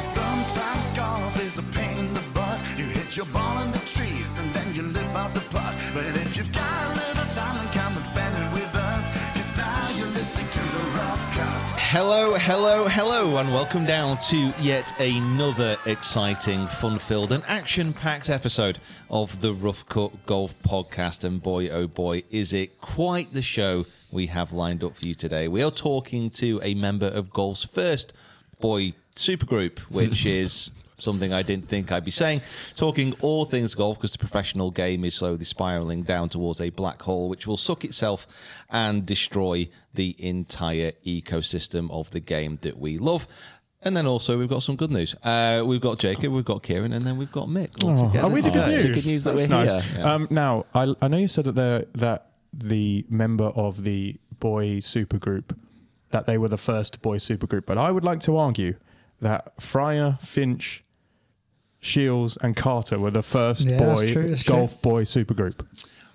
Sometimes golf is a pain in the butt. You hit your ball in the trees and then you lip out the putt. But if you've got a little time and come and spend it with us, 'cause now you're listening to the rough cut. Hello, hello, hello, and welcome down to yet another exciting, fun filled, and action packed episode of the Rough Cut Golf Podcast. And boy, oh boy, is it quite the show we have lined up for you today. We are talking to a member of golf's first boy supergroup, which is something I didn't think I'd be saying. Talking all things golf because the professional game is slowly spiraling down towards a black hole, which will suck itself and destroy the entire ecosystem of the game that we love. And then also we've got some good news. Uh, we've got Jacob, we've got Kieran, and then we've got Mick. All together. Oh, Are we the good today. news? Oh, The good news that That's we're nice. here. Um, now, I, I know you said that the that the member of the boy supergroup that they were the first boy supergroup, but I would like to argue that Fryer, Finch, Shields, and Carter were the first Yeah, that's boy true, that's true. golf boy supergroup.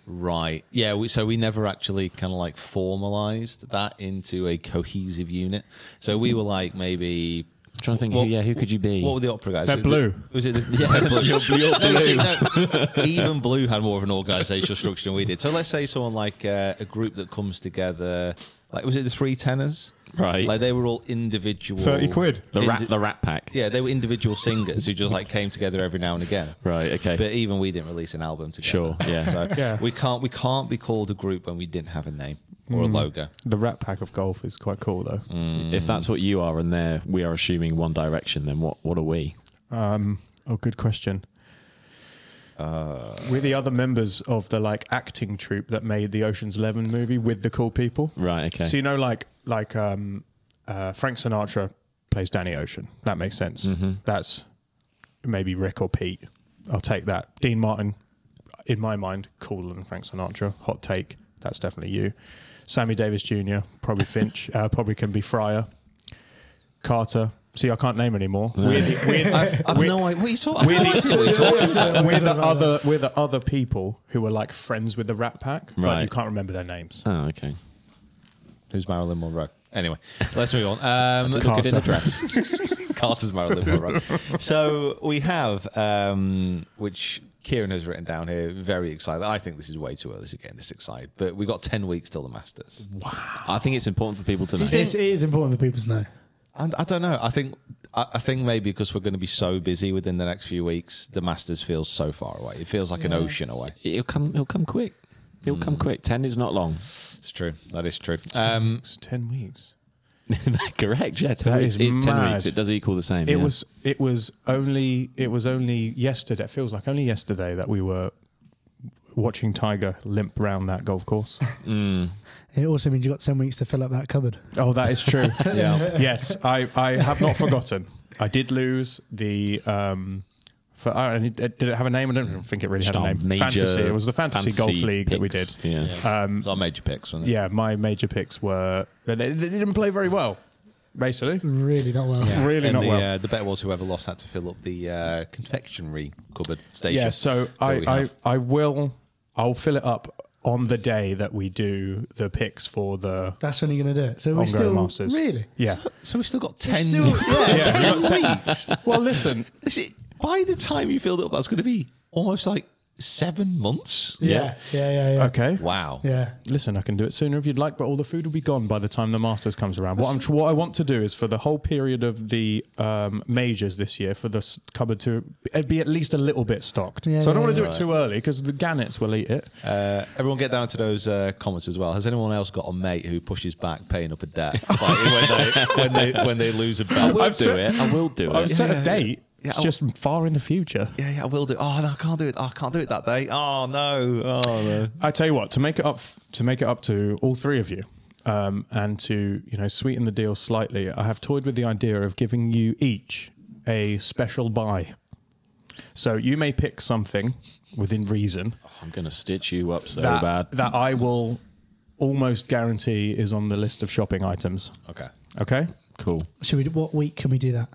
Right. Yeah. We, so we never actually kind of like formalized that into a cohesive unit. So we were like maybe. I'm trying to think, What- who, yeah, who could you be? What were the opera guys? They're blue. Was it the, yeah, blue. No, you see, no, even blue had more of an organizational structure than we did. So let's say someone like uh, a group that comes together, like was it the three tenors? Right. Like they were all individual. 30 quid. the rat, indi- the rat pack. yeah, they were individual singers who just like came together every now and again. Right. Okay. But even we didn't release an album together. Sure, yeah. So Yeah. we can't we can't be called a group when we didn't have a name or a logo. The rat pack of golf is quite cool, though. if that's what you are, and there we are assuming one direction, then what? What are we? Um, oh, good question. Uh, We're the other members of the like acting troupe that made the Ocean's Eleven movie with the cool people. Right, okay. So you know, like like um, uh, Frank Sinatra plays Danny Ocean. That makes sense. Mm-hmm. That's maybe Rick or Pete. I'll take that. Dean Martin, in my mind, cooler than Frank Sinatra. Hot take. That's definitely you. Sammy Davis Jr. Probably Finch. uh, probably can be Fryer. Carter. See, I can't name anymore. We're the, we're, I've, I've we're- no idea what you talking. we're I've no the, idea what you're talking about. we're the other we're the other people who were like friends with the Rat Pack, but Right. you can't remember their names. Oh, okay. Who's Marilyn Monroe? Anyway, let's move on. Um, Carter. Carter's Marilyn Monroe. So we have, um, which Kieran has written down here, very excited. I think this is way too early to get this excited, but we've got 10 weeks till the Masters. I think it's important for people to know. It's, it is important that people to know. And I don't know. I think I I think maybe because we're going to be so busy within the next few weeks, the Masters feels so far away. It feels like an ocean away. It'll come. It'll come quick. It'll come quick. Ten is not long. It's true. That is true. Um, It's ten weeks. Correct. Yeah. Ten That weeks is is ten mad. weeks. It does equal the same. It yeah. was it was only it was only yesterday. It feels like only yesterday that we were watching Tiger limp round that golf course. It also means you've got 10 weeks to fill up that cupboard. oh, that is true. yeah. yes, I I have not forgotten. I did lose the um, For oh, and it, it- did it have a name? I don't think it really had a Just our name. Fantasy. It was the fantasy, golf league that we did. Um, picks, Yeah. it's our major picks, wasn't it? Yeah, my major picks were they, they didn't play very well, basically. Really not well. Yeah. Really and not the, well. Uh, the bet was whoever lost had to fill up the uh, confectionery cupboard station. Yeah, so that we I, have. I I will I'll fill it up on the day that we do the picks for the That's when you're going to do it. So we ongoing still masters. really. Yeah. So we've still got 10 still- yeah. ten weeks. well, listen, Is it, by the time you filled it up, that's going to be almost like seven months. Yeah. Yeah. Yeah. Yeah. okay. Wow. Yeah. Listen, I can do it sooner if you'd like, but all the food will be gone by the time the Masters comes around. What, I'm, tr- what I want to do is for the whole period of the um, majors this year, for the s- cupboard to it'd be at least a little bit stocked. Yeah, so I don't yeah, want to do it too early because the gannets will eat it. Uh, everyone get down to those uh, comments as well. Has anyone else got a mate who pushes back paying up a debt like, when, they, when, they, when they lose a I bet? will I've do said- it. I will do I've it. set a date. Yeah, it's I'll- just far in the future. Yeah, yeah, I will do. Oh, no, I can't do it. Oh, I can't do it that day. Oh, no. Oh, no. I tell you what, to make it up to make it up to all three of you, um, and to you know sweeten the deal slightly, I have toyed with the idea of giving you each a special buy. So you may pick something within reason Oh, I'm going to stitch you up so that bad. that I will almost guarantee is on the list of shopping items. Okay. Okay. cool. Should we? do- What week can we do that?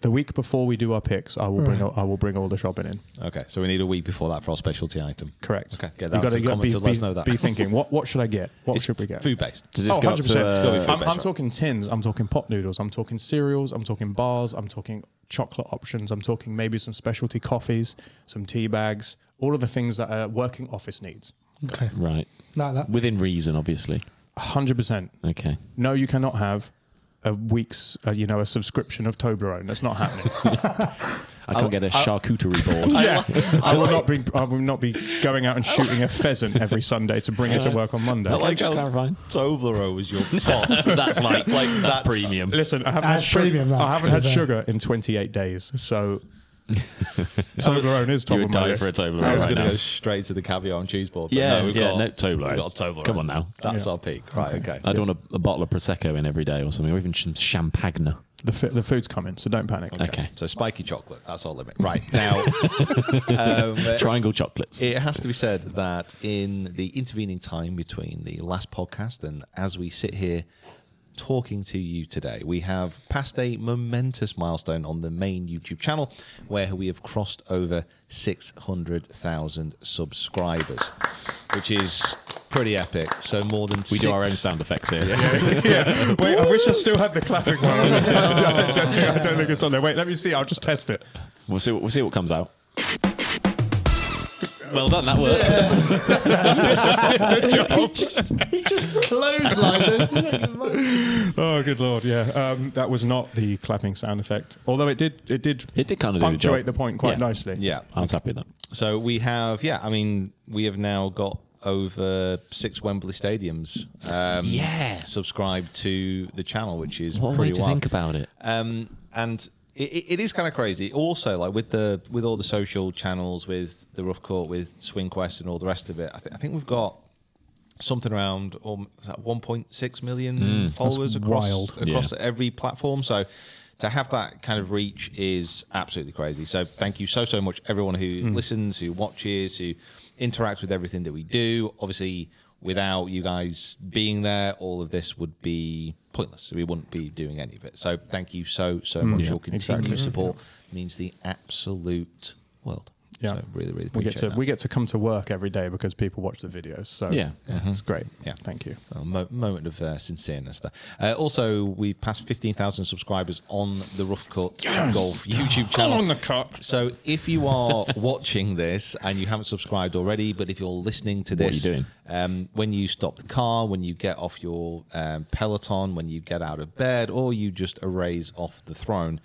The week before we do our picks, I will bring Right. all, I will bring all the shopping in. Okay. So we need a week before that for our specialty item. Correct. Okay. Get You down gotta- to you the gotta comments be, and let us be- know that. Be thinking, what what should I get? What It's Oh, should we get? Food based. Does this go up to, 100%. uh, It's gotta be food I'm, based, I'm right? talking tins. I'm talking pot noodles. I'm talking cereals. I'm talking bars. I'm talking chocolate options. I'm talking maybe some specialty coffees, some tea bags, all of the things that a working office needs. Okay. Right. Like that. Within reason, obviously. 100%. Okay. No, you cannot have a week's, uh, you know, a subscription of Toblerone. That's not happening. I can't get a charcuterie board. yeah. I, will not be, I will not be going out and shooting a pheasant every Sunday to bring it Uh, to work on Monday. like just how clarifying? Toblerone was your top. that's like, Like, that's- Listen, I haven't, had, That's sugar, premium, that. I haven't had Yeah. sugar in 28 days, so Toblerone is top You of would my die list. for a Toblerone I was right going now. to go straight to the caviar and cheese board. but Yeah, no, we've yeah, got, no, Toblerone. We've got Toblerone. Come on now. That's our peak. Right, okay. I don't want a, a bottle of prosecco in every day or something, or even some champagne. The, fi- the food's coming, so don't panic. Okay. So spiky chocolate, that's our limit. Right, now, um, Triangle chocolates. it has to be said that in the intervening time between the last podcast and as we sit here talking to you today, we have passed a momentous milestone on the main YouTube channel where we have crossed over 600,000 subscribers, which is pretty epic. So more than we do our own six- sound effects here. Yeah. Wait, I wish I still had the clapping one. I don't, I don't think, I don't think it's on there. Wait, let me see. I'll just test it. We'll see. What, we'll see what comes out. Well done. That worked. Oh, good lord! Yeah, um, that was not the clapping sound effect. Although it did, it did, It did kind of do the punctuate job. the point quite Yeah. nicely. Yeah. I was happy with that. So we have, yeah, I mean, we have now got over six Wembley stadiums. Um, Yeah. Subscribed to the channel, which is What a pretty way to wild. think about it. Um, and it, it- it is kind of crazy. Also, like with the with all the social channels, with the rough court, with Swing Quest, and all the rest of it. I, th- I think we've got something around um, is that 1.6 million followers across wild. across Mm, Yeah. every platform. So to have that kind of reach is absolutely crazy. So thank you so so much everyone who Mm. listens, who watches, who interacts with everything that we do. Obviously, without you guys being there, all of this would be pointless. We wouldn't be doing any of it. So thank you so Mm, so much. Your continued support means the absolute world. yeah. So really really we appreciate get to that. we get to come to work every day because people watch the videos. So Yeah. it's great. Mm-hmm. Yeah. thank you. A mo- moment of uh, sincereness there. Uh, also, we've passed 15,000 subscribers on the Rough Cut Golf YouTube channel. on the cut. So if you are watching this and you haven't subscribed already, but if you're listening to What are this, you doing? Um, when you stop the car, when you get off your um, Peloton, when you get out of bed, or you just erase off the throne,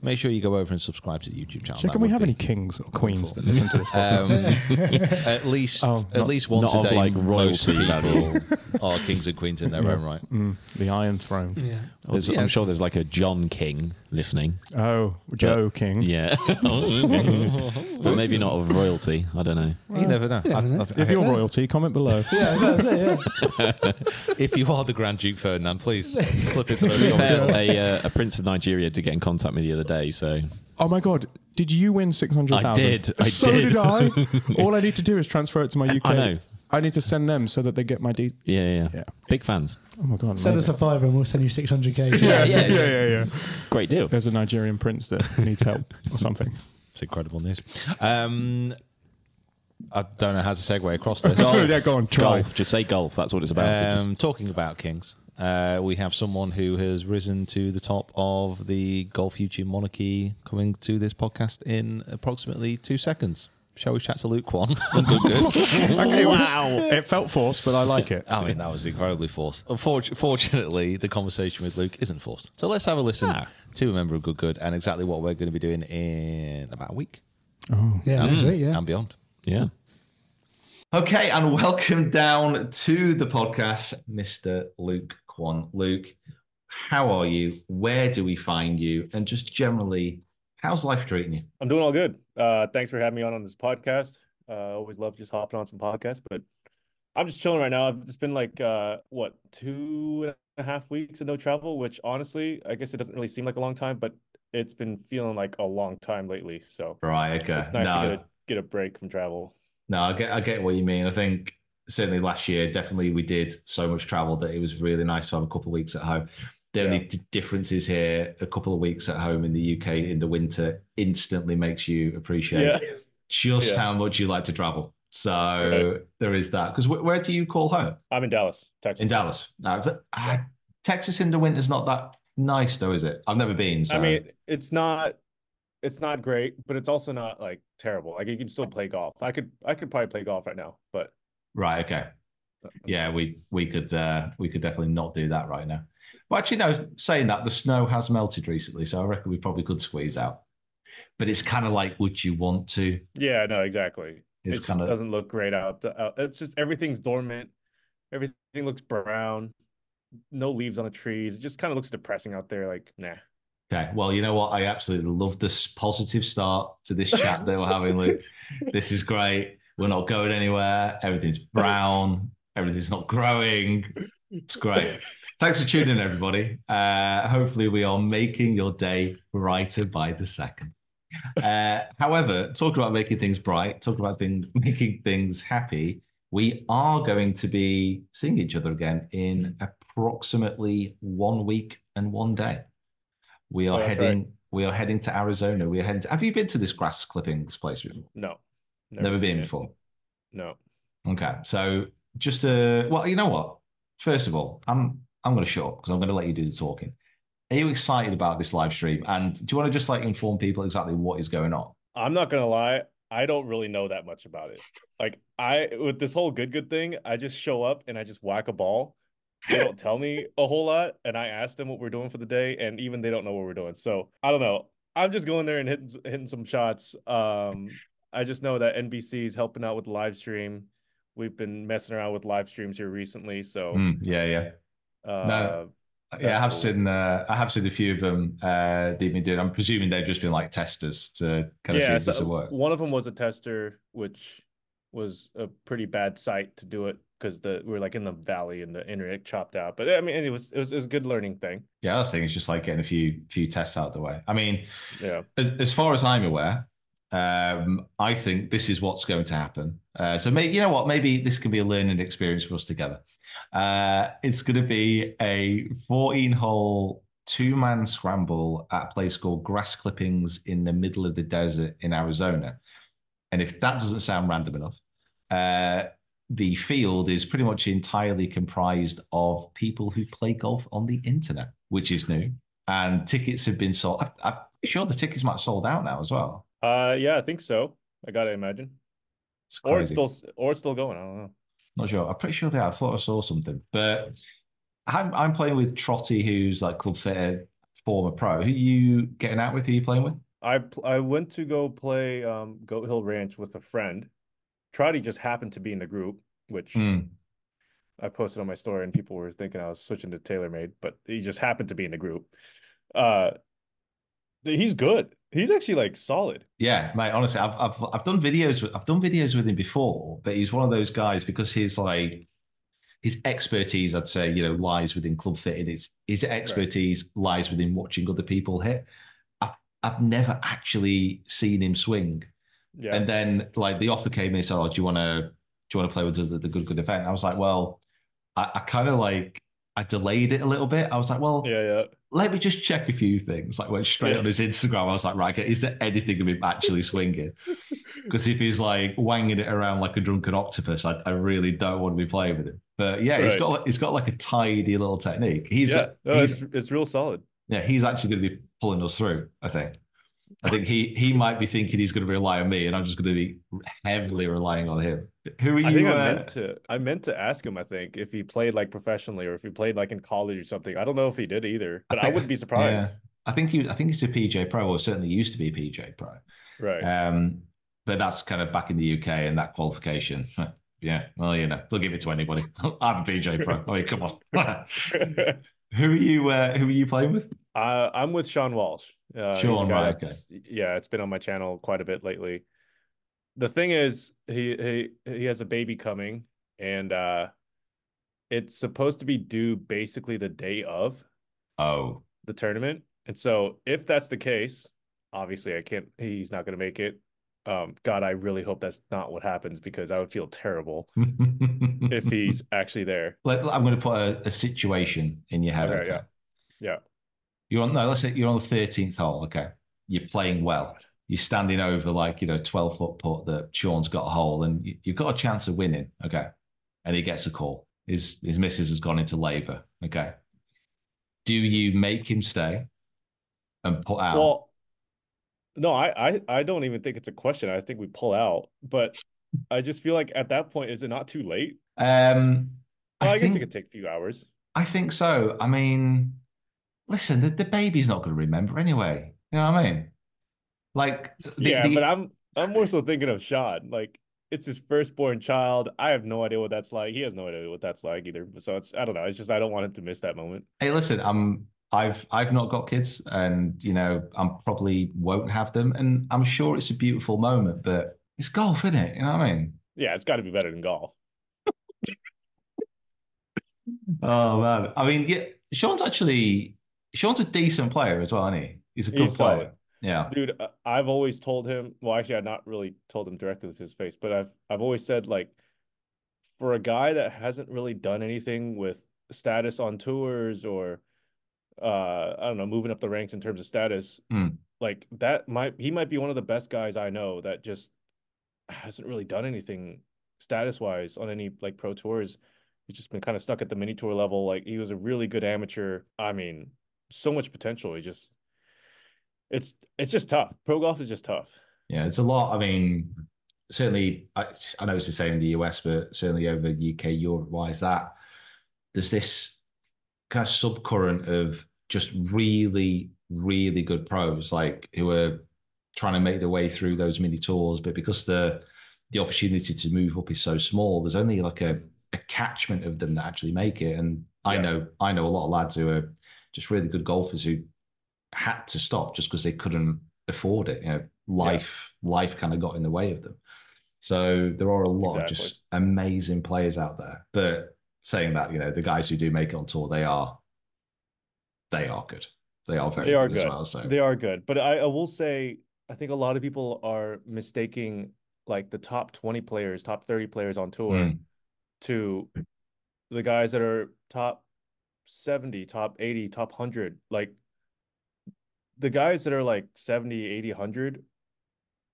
make sure you go over and subscribe to the YouTube channel. So That can we would have be- any kings or queens that listen to this? Um, at least at not- least once Oh, not a of, day. like, royalty most people value. are kings and queens in their own right. Mm. Mm. Oh, the Iron Throne. Yeah. There's, I'm sure there's like a John King listening. Oh, Joe King. Yeah. Oh, but maybe not of royalty. I don't know. you never know. I- know. I th- If you're royalty, comment below. Yeah, that's it, yeah. if you are the Grand Duke Ferdinand, please slip into those To be comments. fair, a, uh, a prince of Nigeria did get in contact with me the other day. So Oh my god, Did you win six hundred thousand? did, I so did. did. I. All I need to do is transfer it to my UK. know. I need to send them so that they get my D. Yeah, yeah, yeah. Yeah. Big fans. Oh my god! Send amazing. us a fiver and we'll send you 600k. Yeah, yeah, yeah, it's yeah, yeah. Great deal. There's a Nigerian prince that needs help or something. It's incredible news. Um, I don't know how to segue across this. Oh, yeah, go on, try. Golf. Just say golf. That's what it's about. So just- Um, talking about Kings, uh, we have someone who has risen to the top of the golf YouTube monarchy coming to this podcast in approximately two seconds. Shall we chat to Luke Kwan? good, good. Okay, it was- It felt forced, but I like it. I mean, that was incredibly forced. Unfortunately, fortunately, the conversation with Luke isn't forced. So let's have a listen Ah. to a member of Good Good and exactly what we're going to be doing in about a week yeah, next week, yeah. and beyond. yeah. Okay, and welcome down to the podcast, Mr. Luke Kwan. Luke, how are you? Where do we find you? And just generally, how's life treating you? I'm doing all good. Uh, thanks for having me on on this podcast. Uh, always love just hopping on some podcasts, but I'm just chilling right now. I've just been like, uh, what, two and a half weeks of no travel, which honestly, I guess it doesn't really seem like a long time, but it's been feeling like a long time lately. So Right, okay. it's nice no, to get a, get a break from travel. no, I get, I get what you mean. I think certainly last year, definitely we did so much travel that it was really nice to have a couple of weeks at home. The only Yeah. d- difference is here, a couple of weeks at home in the UK in the winter instantly makes you appreciate Yeah. just Yeah. how much you like to travel. So Right. there is that. Because wh- where do you call home? I'm in Dallas, Texas. In Dallas. No, but, ah, Texas in the winter's not that nice, though, is it? I've never been. So. I mean, it's not it's not great, but it's also not like terrible. Like you can still play golf. I could I could probably play golf right now, but right, okay. Yeah, we we could uh, we could definitely not do that right now. Well, actually, no. Saying that, the snow has melted recently, so I reckon we probably could squeeze out. But it's kind of like, would you want to? yeah, no, exactly. It's it kind of just doesn't look great out. the- out- It's just everything's dormant. Everything looks brown. No leaves on the trees. It just kind of looks depressing out there. Like, nah. okay. Well, you know what? I absolutely love this positive start to this chat that we're having, Luke. This is great. We're not going anywhere. Everything's brown. Everything's not growing. It's great. Thanks for tuning in, everybody. Uh, hopefully, we are making your day brighter by the second. Uh, however, talk about making things bright, talk about thing, making things happy. We are going to be seeing each other again in approximately one week and one day. We are Oh, that's right. heading. We are heading to Arizona. We are heading. To, have you been to this grass clippings place before? No. Never, seen been it. before. No. Okay, so just uh, well, you know what? First of all, I'm I'm going to shut up because I'm going to let you do the talking. Are you excited about this live stream? And do you want to just like inform people exactly what is going on? I'm not gonna lie. I don't really know that much about it. Like I with this whole good good thing, I just show up and I just whack a ball. They don't tell me a whole lot, and I ask them what we're doing for the day, and even they don't know what we're doing. So I don't know. I'm just going there and hitting hitting some shots. Um, I just know that NBC is helping out with live stream. We've been messing around with live streams here recently, so Mm, yeah, yeah, No. uh, yeah. I Oh. That's have cool. seen uh, I have seen a few of them. Uh, they've been doing. I'm presuming they've just been like testers to kind of see if this so will work. One of them was a tester, which was a pretty bad site to do it because the we were like in the valley and the internet chopped out. But I mean, it was it was, it was a good learning thing. Yeah, that's the thing. It's just like getting a few few tests out of the way. I mean, Yeah, as, as far as I'm aware, um, I think this is what's going to happen. Uh, so maybe you know what? Maybe this can be a learning experience for us together. Uh, it's going to be a 14 hole two man scramble at a place called Grass Clippings in the middle of the desert in Arizona. And if that doesn't sound random enough, uh, the field is pretty much entirely comprised of people who play golf on the internet, which is new. And tickets have been sold. I, I'm pretty sure the tickets might have sold out now as well. uh, yeah, I think so. I gotta imagine, It's or it's crazy. still or it's still going. I don't know. Not sure. I'm pretty sure they are. I thought I saw something, but I'm I'm playing with Trotty, who's like club fitter, former pro. Who you getting out with? Who you playing with? I pl- I went to go play um, Goat Hill Ranch with a friend. Trotty just happened to be in the group, which Hmm. I posted on my story and people were thinking I was switching to TaylorMade, but he just happened to be in the group. Uh he's good. He's actually like solid. Yeah, mate. Honestly, I've I've I've done videos. With, I've done videos with him before, but he's one of those guys because he's like his expertise. I'd say you know lies within club fitting. It's his expertise lies within watching other people hit. I, I I've never actually seen him swing. Yeah. And then like the offer came in, so oh, do you want to do you want to play with us at the good good event? I was like, well, I, I kind of like I delayed it a little bit. I was like, well, yeah, yeah. let me just check a few things. Like went straight Yeah. on his Instagram. I was like, right, okay, is there anything of him actually swinging? Because if he's like wanging it around like a drunken octopus, I, I really don't want to be playing with him. But yeah, he's Right. got he's got like a tidy little technique. He's yeah. No, he's it's it's real solid. yeah, he's actually going to be pulling us through. I think. I think he he might be thinking he's going to rely on me, and I'm just going to be heavily relying on him. Who are you? I think I uh, meant to I meant to ask him, I think, if he played like professionally or if he played like in college or something. I don't know if he did either, but I, think- wouldn't be surprised. Yeah. I think he. I think he's a PJ Pro, or certainly used to be a PJ Pro. Right. Um, but that's kind of back in the UK and that qualification. yeah, well, you know, they'll give it to anybody. I'm a PJ Pro. I mean, come on. who are you? Uh, who are you playing with? I, I'm with Sean Walsh. Uh, he's a Sean, guy right, that's- Yeah, it's been on my channel quite a bit lately. The thing is, he he he has a baby coming, and uh, it's supposed to be due basically the day of Oh, the tournament. And so, if that's the case, obviously I can't. He's not going to make it. Um, God, I really hope that's not what happens because I would feel terrible if he's actually there. Let- I'm going to put a, a situation in your head. Okay, okay? yeah. Yeah. You're on. No, let's say you're on the 13th hole. Okay, you're playing well. You're standing over like you know 12 foot putt that Sean's got a hole, and you, you've got a chance of winning. Okay, and he gets a call. His his missus has gone into labour. Okay, do you make him stay and put out? Well, no, I, I I don't even think it's a question. I think we pull out, but I just feel like at that point, is it not too late? um, Well, I I, guess think it could take a few hours. I think so. I mean, listen, the, the baby's not going to remember anyway. You know what I mean? Like, the, yeah, the- but I'm I'm more so thinking of Sean. Like it's his firstborn child. I have no idea what that's like. He has no idea what that's like either. So it's I don't know. It's just I don't want him to miss that moment. hey, listen, I'm I've I've not got kids, and you know, I'm probably won't have them, and I'm sure it's a beautiful moment, but it's golf, isn't it? You know what I mean? Yeah, it's got to be better than golf. Oh man, I mean, yeah, Sean's actually Sean's a decent player as well, isn't he? He's a good He's player. solid. Yeah. Dude, I- I've always told him, well, actually, I've not really told him directly to his face, but I've I've always said like for a guy that hasn't really done anything with status on tours or uh I don't know, moving up the ranks in terms of status, Mm. like that might he might be one of the best guys I know that just hasn't really done anything status wise on any like pro tours. He's just been kind of stuck at the mini tour level. Like he was a really good amateur. I mean, so much potential. He just it's it's just tough. Pro golf is just tough. Yeah, it's a lot. I mean, certainly, I, I know it's the same in the US, but certainly over UK, Europe, why is that? There's this kind of subcurrent of just really, really good pros, like who are trying to make their way through those mini tours, but because the the opportunity to move up is so small, there's only like a, a catchment of them that actually make it. And I Yeah. know I know a lot of lads who are just really good golfers who had to stop just because they couldn't afford it. You know, life life kind of got in the way of them. So there are a lot Exactly. of just amazing players out there. But saying that, you know, the guys who do make it on tour, they are they are good. They are very They are good, as good. well. So They are good. But I, I will say I think a lot of people are mistaking like the top 20 players, top 30 players on tour Mm. to the guys that are top 70, top 80, top 100. Like the guys that are like 70, 80, 100,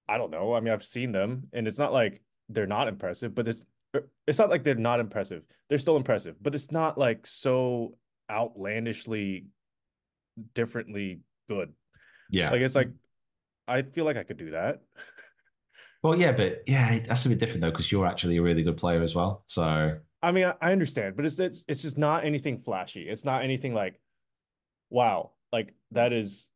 I don't know. I mean, I've seen them and it's not like they're not impressive, but it's uh, it's not like they're not impressive. They're still impressive, but it's not like so outlandishly differently good. yeah. Like it's like I feel like I could do that. well, yeah, but yeah, that's a bit different though, because you're actually a really good player as well. So I mean, I, I understand, but it's, it's it's just not anything flashy. It's not anything like, wow, like that is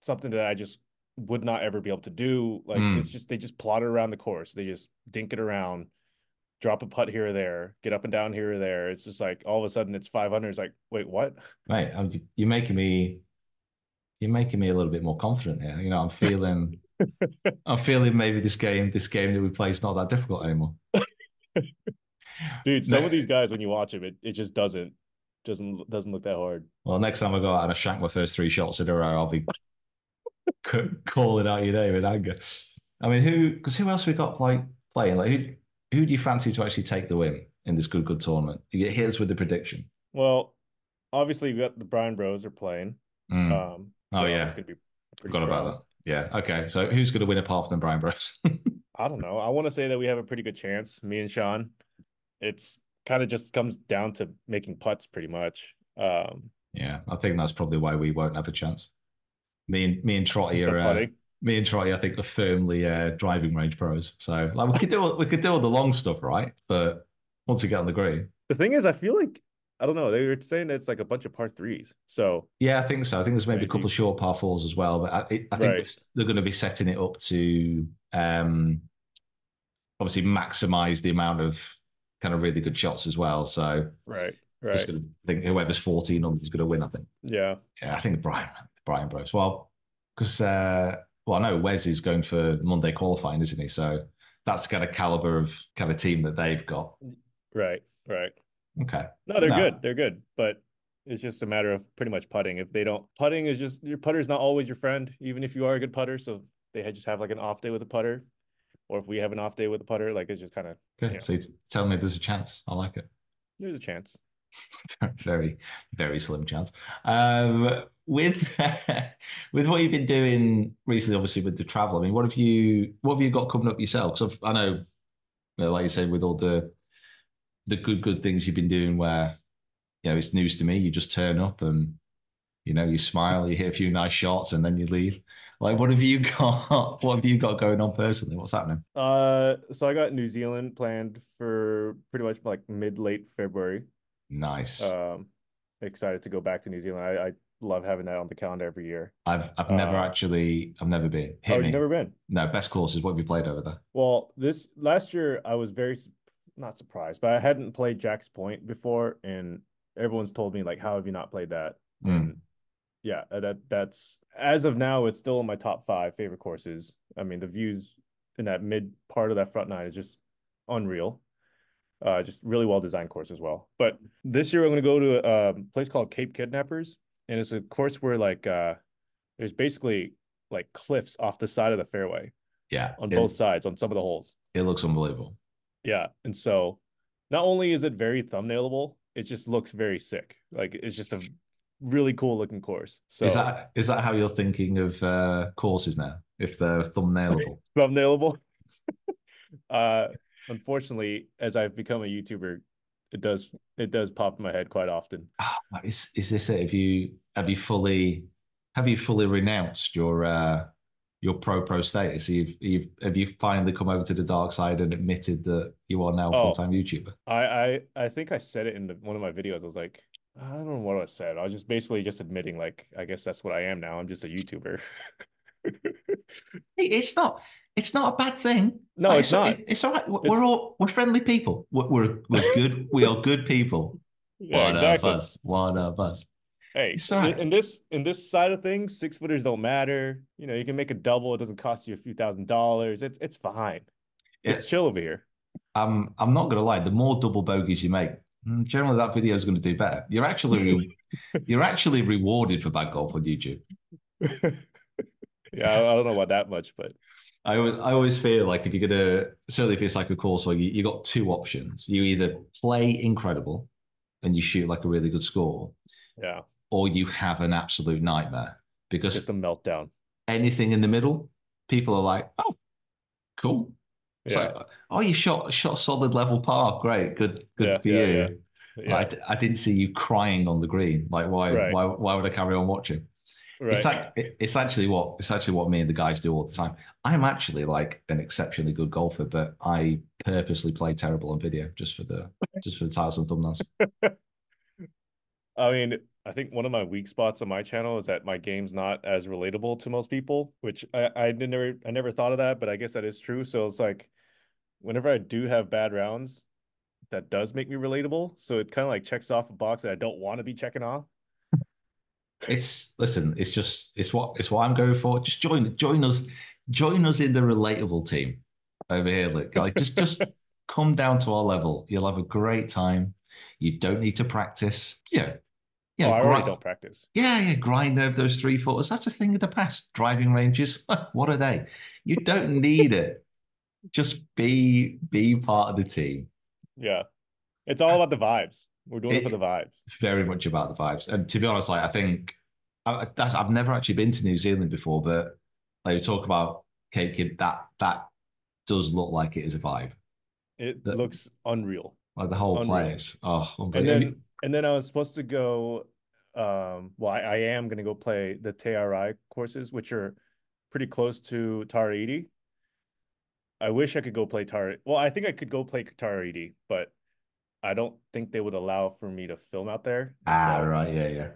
something that I just would not ever be able to do. Like Mm. it's just they just plod it around the course. They just dink it around, drop a putt here or there, get up and down here or there. It's just like all of a sudden it's 500. It's like, wait, what? mate, I'm, you're making me you're making me a little bit more confident here. You know, I'm feeling I'm feeling maybe this game, this game that we play is not that difficult anymore. Dude, some No. of these guys when you watch them, it, it just doesn't doesn't doesn't look that hard. Well, next time I go out and I shank my first three shots in a row, I'll be c- calling out your name in anger. I mean, who? Because who else we got like playing? Like who? Who do you fancy to actually take the win in this good good tournament? You get here's with the prediction. Well, obviously we got the Brian Bros are playing. Mm. Um, Oh, you know, yeah. it's gonna be pretty Forgot strong. about that. Yeah. Okay. So who's going to win apart from Brian Bros? I don't know. I want to say that we have a pretty good chance, me and Sean. It's kind of just comes down to making putts pretty much. Um, yeah, I think that's probably why we won't have a chance. Me and me and Trotty The are uh, putting. me and Trotty. I think are firmly uh, driving range pros. So like we could do all- we could do all the long stuff, right? But once we get on the green, the thing is, I feel like I don't know. They were saying it's like a bunch of par threes. So Yeah, I think so. I think there's maybe, a Maybe. couple of short par fours as well, but I, it- I think Right. it's- they're going to be setting it up to um, obviously maximize the amount of kind of really good shots as well. So right, just going to think whoever's 14 on is going to win. I think. yeah, Yeah, I think Brian, Brian Bros. Well, because uh, well, I know Wes is going for Monday qualifying, isn't he? So that's the kind of caliber of kind of team that they've got. right, right. Okay. No, they're No. good. They're good, but it's just a matter of pretty much putting. If they don't putting is just your putter's not always your friend, even if you are a good putter. So they had- just have like an off day with a putter, or if we have an off day with a putter, like it's just kind of Good. Yeah. So you t- tell me there's a chance. I like it. there's a chance. very very slim chance um with with what you've been doing recently obviously with the travel i mean what have you what have you got coming up yourself because i know you know, like you said with all the the good good things you've been doing where you know it's news to me you just turn up and you know you smile you hit a few nice shots and then you leave like what have you got what have you got going on personally what's happening Uh, so I got New Zealand planned for pretty much like mid late February. nice Um, excited to go back to New Zealand. I, I love having that on the calendar every year. i've i've never uh, actually i've never been Oh, hit you've me never been? no best courses what have you played over there Well, this last year I was very su- not surprised, but I hadn't played Jack's Point before, and everyone's told me like, "How have you not played that?" Mm. And yeah, uh, that that's as of now, it's still in my top five favorite courses. I mean, the views in that mid part of that front nine is just unreal. Uh, just really well designed course as well. But this year I'm going to go to a um, place called Cape Kidnappers, and it's a course where like uh, there's basically like cliffs off the side of the fairway Yeah, on it, both sides on some of the holes. It looks unbelievable. Yeah. And so not only is it very thumbnailable, it just looks very sick. Like it's just a really cool looking course. So is that is that how you're thinking of uh, courses now? If they're thumbnailable, thumbnailable. uh unfortunately, as I've become a YouTuber, it does it does pop in my head quite often. Ah, is is this it? Have you have you fully have you fully renounced your uh, your pro pro status? You've you've have you finally come over to the dark side and admitted that you are now a Oh. full time YouTuber? I I I think I said it in the, one of my videos. I was like, I don't know what I said. I was just basically just admitting like I guess that's what I am now. I'm just a YouTuber. Hey, It's not it's not a bad thing. No, Like, it's not. it- It's all right. We're It's- we're all we're friendly people. We're we're, we're good. we are good people. Yeah, One exactly. of us. One of us. Hey, It's in alright. in this in this side of things, six footers don't matter. You know, you can make a double. It doesn't cost you a few thousand dollars. It's it's fine. Yeah. It's chill over here. I'm I'm not gonna lie, the more double bogeys you make, mm, generally that video is gonna do better. You're actually re- you're actually rewarded for bad golf on YouTube. Yeah, I I don't know about that much, but I always I always feel like if you're gonna certainly if it's like a course where you, you got two options. You either play incredible and you shoot like a really good score, yeah, or you have an absolute nightmare. Because just a meltdown. anything in the middle, people are like, Oh, cool. It's Yeah, like, oh, you shot shot solid level par. Great, good, good Yeah, for yeah, you. yeah. yeah, Like, I, d- I didn't see you crying on the green. Like why Right. why why would I carry on watching? It's right. like it- it's actually what it's actually what me and the guys do all the time. I'm actually like an exceptionally good golfer, but I purposely play terrible on video just for the just for the titles and thumbnails. I mean, I think one of my weak spots on my channel is that my game's not as relatable to most people, which I I didn't never I never thought of that, but I guess that is true. So it's like whenever I do have bad rounds, that does make me relatable. So it kind of like checks off a box that I don't want to be checking off. It's listen, it's just it's what it's what I'm going for. Just join join us join us in the relatable team over here. Look, like just just come down to our level. You'll have a great time. You don't need to practice. Yeah. You Yeah, oh, I already gri- don't practice. Yeah, yeah, grind over those three footers. That's a thing of the past. Driving ranges, what are they? You don't need it. Just be be part of the team. Yeah, it's all about the vibes. We're doing it, It- for the vibes. It's very much about the vibes. And to be honest, like I think I, I- that's, I've never actually been to New Zealand before, but like you talk about Cape Kid, that that does look like it is a vibe. It That- looks unreal. Like the whole Unreal. place. Oh, And unbelievable. then and then I was supposed to go. Um, well, I, I am gonna go play the TRI courses, which are pretty close to Tarahiti. I wish I could go play Tar. Well, I think I could go play Tarahiti, but I don't think they would allow for me to film out there. ah, so, right, yeah, yeah.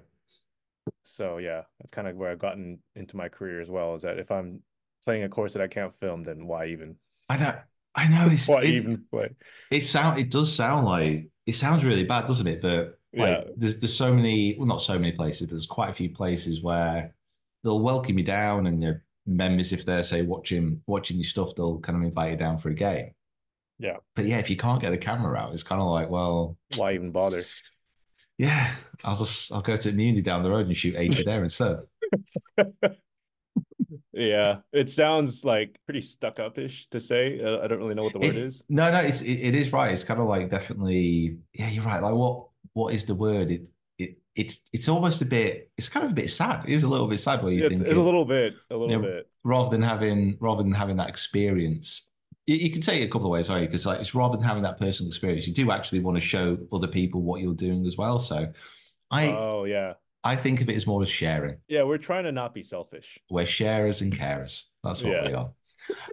So yeah, that's kind of where I've gotten into my career as well. Is that if I'm playing a course that I can't film, then why even? I know, I know. It's, Why it- even play? It sound it does sound like it sounds really bad, doesn't it? But like Yeah. there's there's so many well not so many places, but there's quite a few places where they'll welcome you down and your members, if they're say watching watching your stuff, they'll kind of invite you down for a game. Yeah. But yeah, if you can't get the camera out, it's kind of like, well, Why even bother? yeah, I'll just I'll go to the community down the road and shoot 80 there instead. Yeah, it sounds like pretty stuck up ish to say. Uh, I don't really know what the word It- is. No, no, it's it, it is right. It's kind of like definitely, yeah, you're right. Like what what is the word? It it it's it's almost a bit. It's kind of a bit sad. It is a little bit sad where you It's, think it's a little bit, a little Yeah. bit. rather than having rather than having that experience. You, you can say it a couple of ways, sorry, because like it's rather than having that personal experience, you do actually want to show other people what you're doing as well. So, I Oh yeah, I think of it as more as sharing. yeah. We're trying to not be selfish. We're sharers and carers. That's what Yeah. we are.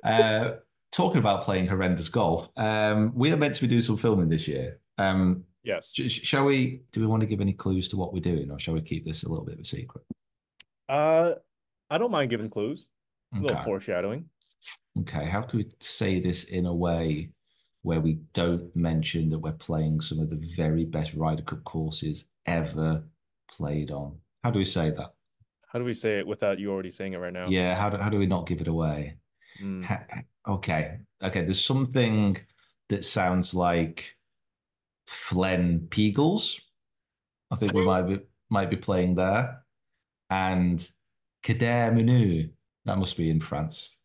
Uh, talking about playing horrendous golf, um, we are meant to be doing some filming this year. Um, Yes. sh- sh- shall we? Do we want to give any clues to what we're doing, or shall we keep this a little bit of a secret? Uh, I don't mind giving clues. A little Okay. foreshadowing. Okay. How can we say this in a way where we don't mention that we're playing some of the very best Ryder Cup courses ever played on? How do we say that? How do we say it without you already saying it right now? Yeah. How do, how do we not give it away? Mm. Ha- Okay. Okay. There's something that sounds like Flen Peagles. I think we might be might be playing there. And Kader Menu. That must be in France.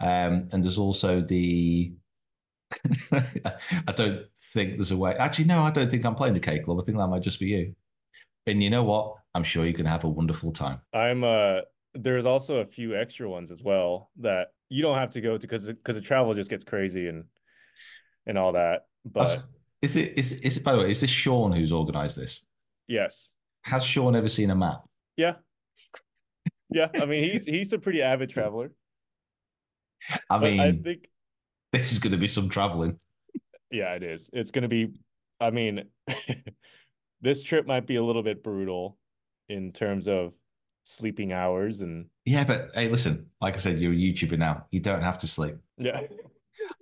Um, and there's also the I don't think there's a way. Actually, no, I don't think I'm playing the K Club. I think that might just be you. And you know what? I'm sure you can have a wonderful time. I'm uh there's also a few extra ones as well that you don't have to go to because because the travel just gets crazy and and all that. That's- But is it is is it by the way, is this Sean who's organized this? yes. Has Sean ever seen a map? Yeah. Yeah, I mean he's he's a pretty avid traveler. I but mean, I think this is going to be some traveling. yeah, it is. It's gonna be I mean this trip might be a little bit brutal in terms of sleeping hours and Yeah, but hey, listen, like I said, you're a YouTuber now. You don't have to sleep. yeah.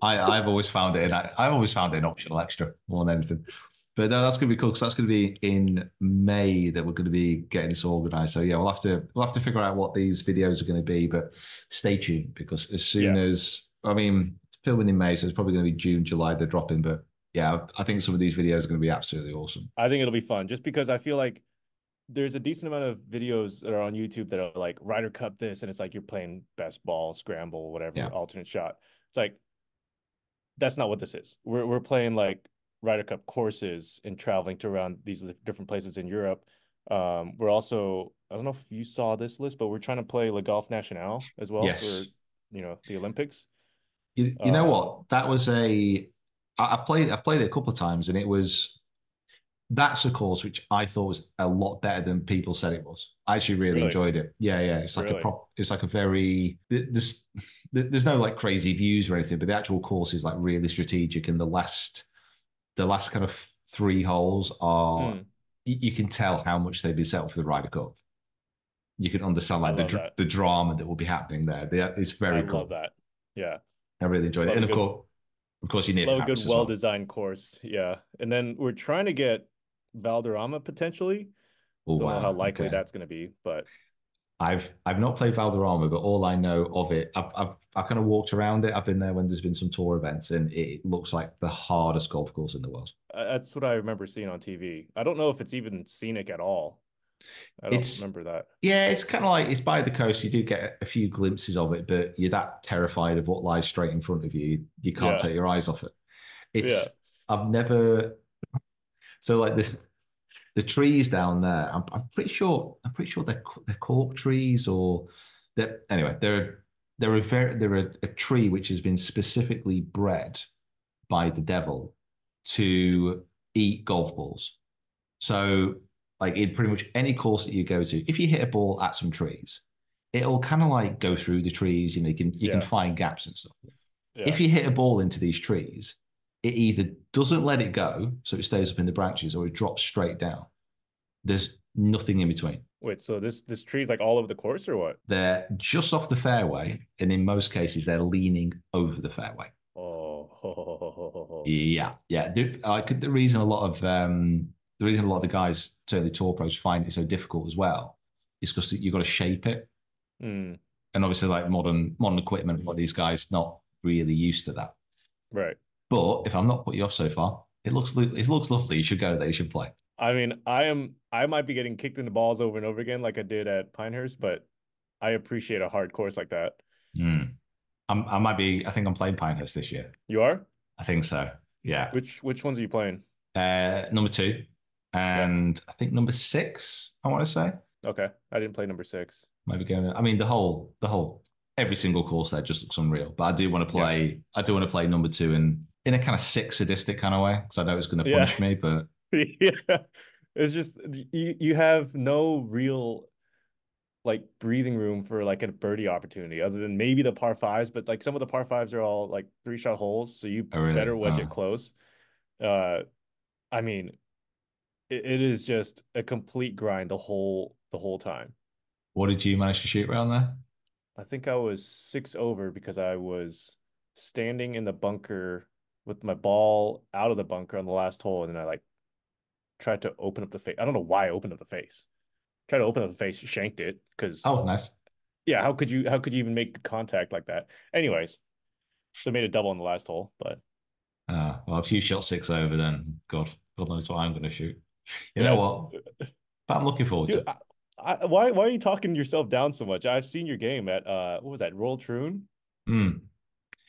I, I've always found it, and I, I've always found it an optional extra more than anything. But no, that's going to be cool because that's going to be in May that we're going to be getting this organized. So yeah, we'll have to we'll have to figure out what these videos are going to be. But stay tuned because as soon as I mean, it's filming in May, so it's probably going to be June, July they're dropping. But yeah, I think some of these videos are going to be absolutely awesome. I think it'll be fun just because I feel like there's a decent amount of videos that are on YouTube that are like Ryder Cup this, and it's like you're playing best ball, scramble, whatever, Yeah. alternate shot. It's like that's not what this is. We're we're playing like Ryder Cup courses and traveling to around these li- different places in Europe. Um, we're also I don't know if you saw this list, but we're trying to play Le Golf National as well Yes. for you know the Olympics. You, you know Uh, what? That was a I I played I played it a couple of times and it was that's a course which I thought was a lot better than people said it was. I actually really, Really? enjoyed it. Yeah, yeah. It's like a Really? prop it's like a very th- there's th- there's no like crazy views or anything, but the actual course is like really strategic and the last the last kind of three holes are Mm. y- you can tell how much they've been set up for the Ryder Cup. You can understand I like the love dr- that. the drama that will be happening there. They, it's very I cool. love that. Yeah. I really enjoyed Love it. a And of good- course, of course, you need Love a apps good as well. well-designed course. Yeah. And then we're trying to get Valderrama potentially. Oh, Don't know wow, how likely okay. that's going to be, but I've I've not played Valderrama, but all I know of it, I've I've I kind of walked around it. I've been there when there's been some tour events, and it looks like the hardest golf course in the world. uh, that's what I remember seeing on TV. I don't know if it's even scenic at all. I don't It's- remember that. Yeah, it's kind of like it's by the coast. You do get a few glimpses of it, but you're that terrified of what lies straight in front of you. You can't Yeah. take your eyes off it. It's I've never so like the the trees down there. I'm, I'm pretty sure I'm pretty sure they're c- they're cork trees or they're anyway. They're they're a very they're a, a tree which has been specifically bred by the devil to eat golf balls. So like in pretty much any course that you go to, if you hit a ball at some trees, it'll kind of like go through the trees. You know, you can you can Yeah. find gaps and stuff. Yeah. If you hit a ball into these trees, it either doesn't let it go, so it stays up in the branches, or it drops straight down. There's nothing in between. Wait, so this this tree's like all over the course or what? They're just off the fairway, and in most cases, they're leaning over the fairway. Oh, Yeah, yeah. The, I could, the reason a lot of um, the reason a lot of the guys, certainly tour pros, find it so difficult as well, is because you've got to shape it, Mm, and obviously, like modern modern equipment, a lot of these guys not really used to that. right. But if I'm not put you off so far, it looks lo- it looks lovely. You should go there. You should play. I mean, I am I might be getting kicked in the balls over and over again like I did at Pinehurst, but I appreciate a hard course like that. Hmm. I'm, I might be. I think I'm playing Pinehurst this year. You are? I think so. Yeah. Which which ones are you playing? Uh, number two, and I think number six. I want to say Okay. I didn't play number six. maybe going. I mean, the whole, the whole, every single course there just looks unreal. But I do want to play. I do want to play number two in in a kind of sick, sadistic kind of way because I know it's going to Yeah. punish me. But yeah. It's just you you have no real like breathing room for like a birdie opportunity other than maybe the par fives, but like some of the par fives are all like three shot holes, so you Oh, really? better wedge Oh. it close. Uh I mean it, it is just a complete grind the whole the whole time. what did you manage to shoot around there? I think I was six over because I was standing in the bunker with my ball out of the bunker on the last hole, and then I like tried to open up the face. I don't know why I opened up the face. Tried to open up the face, shanked it because Oh, nice. yeah, how could you how could you even make contact like that? Anyways, so made a double on the last hole, but Uh, well, if you shot six over, then God, God knows what I'm going to shoot. You yeah, know what? it's- But I'm looking forward to Dude, it. I, I, why why are you talking yourself down so much? I've seen your game at uh what was that Royal Troon? Hmm.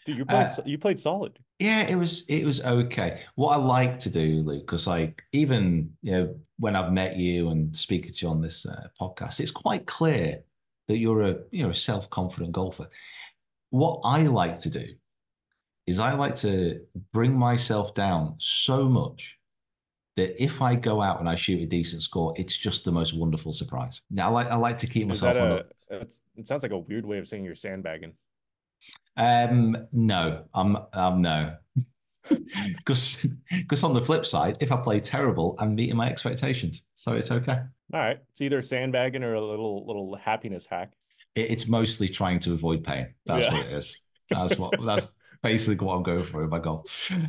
Dude, you played Uh, so- you played solid. Yeah, it was it was okay. What I like to do, Luke, because like even you know when I've met you and speaking to you on this uh, podcast, it's quite clear that you're a you're a self-confident golfer. What I like to do is I like to bring myself down so much that if I go out and I shoot a decent score, it's just the most wonderful surprise. Now, I like I like to keep Is myself that on a up. it's, it sounds like a weird way of saying you're sandbagging. Um, no, I'm um, no, because because on the flip side, if I play terrible, I'm meeting my expectations, so it's okay. All right. It's either sandbagging or a little little happiness hack. It, it's mostly trying to avoid pain. That's Yeah. what it is. That's what that's basically what I'm going for in my goal.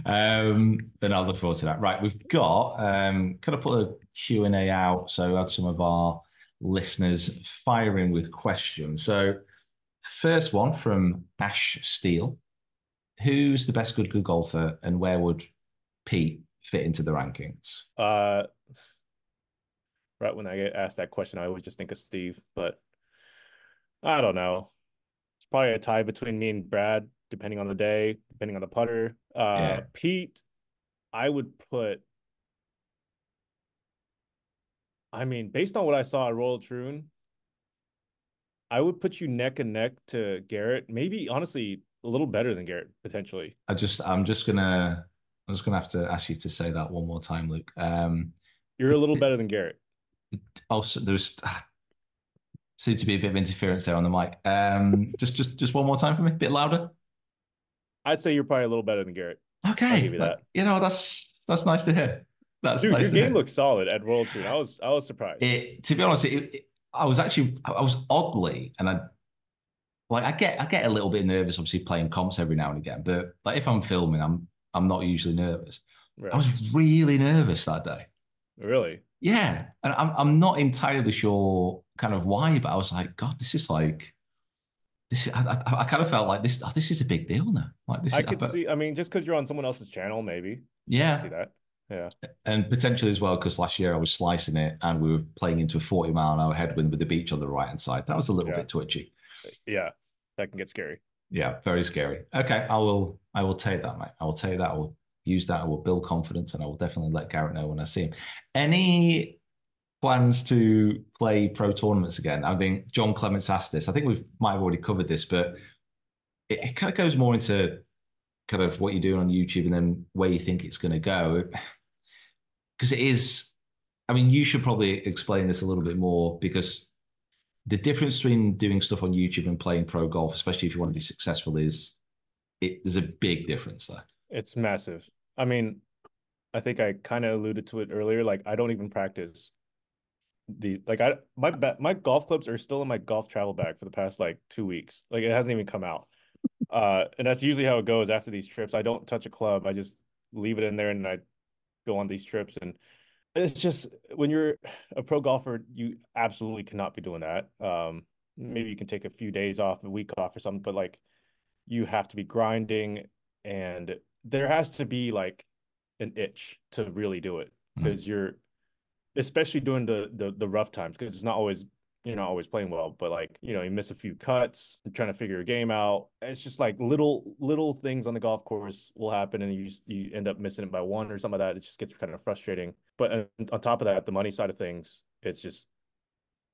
Um, then I'll look forward to that. Right, we've got um, kind of put a Q and A out, so I had some of our listeners firing with questions. So first one from Ash Steele: Who's the best good good golfer, and where would Pete fit into the rankings? Uh right when I get asked that question, I always just think of Steve, but I don't know. It's probably a tie between me and Brad, depending on the day, depending on the putter. Uh Yeah. Pete, I would put I mean, based on what I saw at Royal Troon, I would put you neck and neck to Garrett, maybe honestly a little better than Garrett, potentially. I just, I'm just gonna, I'm just gonna have to ask you to say that one more time, Luke. Um, You're a little better than Garrett. also, there's ah, seemed to be a bit of interference there on the mic. Um, just, just, just one more time for me, a bit louder. I'd say you're probably a little better than Garrett. Okay, give you that. You know, that's that's nice to hear. That's Dude, nice your to game hear. looked solid at Royal Troon. I was I was surprised. It, to be honest, it, it- I was actually, I was oddly, and I, like, I get, I get a little bit nervous, obviously playing comps every now and again, but like if I'm filming, I'm, I'm not usually nervous. Right. I was really nervous that day. Really? Yeah, and I'm I'm not entirely sure kind of why, but I was like, God, this is like this. I I, I kind of felt like this. oh, this is a big deal now. Like this. I Is, could bet- see. I mean, just because you're on someone else's channel, maybe. I can Yeah, see that. Yeah. And potentially as well, because last year I was slicing it and we were playing into a 40 mile an hour headwind with the beach on the right hand side. That was a little Yeah. bit twitchy. Yeah. That can get scary. Yeah, very scary. Okay, I will I will take that, mate. I will take that. I will use that. I will build confidence and I will definitely let Garrett know when I see him. Any plans to play pro tournaments again? I think John Clements asked this. I think we might have already covered this, but it, it kind of goes more into kind of what you're doing on YouTube and then where you think it's going to go. Because it is, I mean, you should probably explain this a little bit more because the difference between doing stuff on YouTube and playing pro golf, especially if you want to be successful, is it, there's a big difference there. It's massive. I mean, I think I kind of alluded to it earlier. Like, I don't even practice the like I my ba- my golf clubs are still in my golf travel bag for the past like two weeks. Like, it hasn't even come out. Uh, and that's usually how it goes after these trips. I don't touch a club. I just leave it in there and I go on these trips. And it's just when you're a pro golfer, you absolutely cannot be doing that. Um, maybe you can take a few days off, a week off or something, but like you have to be grinding and there has to be like an itch to really do it Mm. because you're especially during the the, the rough times because it's not always you're not always playing well but like you know you miss a few cuts you're trying to figure your game out it's just like little little things on the golf course will happen and you just, you end up missing it by one or something like that it just gets kind of frustrating but on, on top of that the money side of things it's just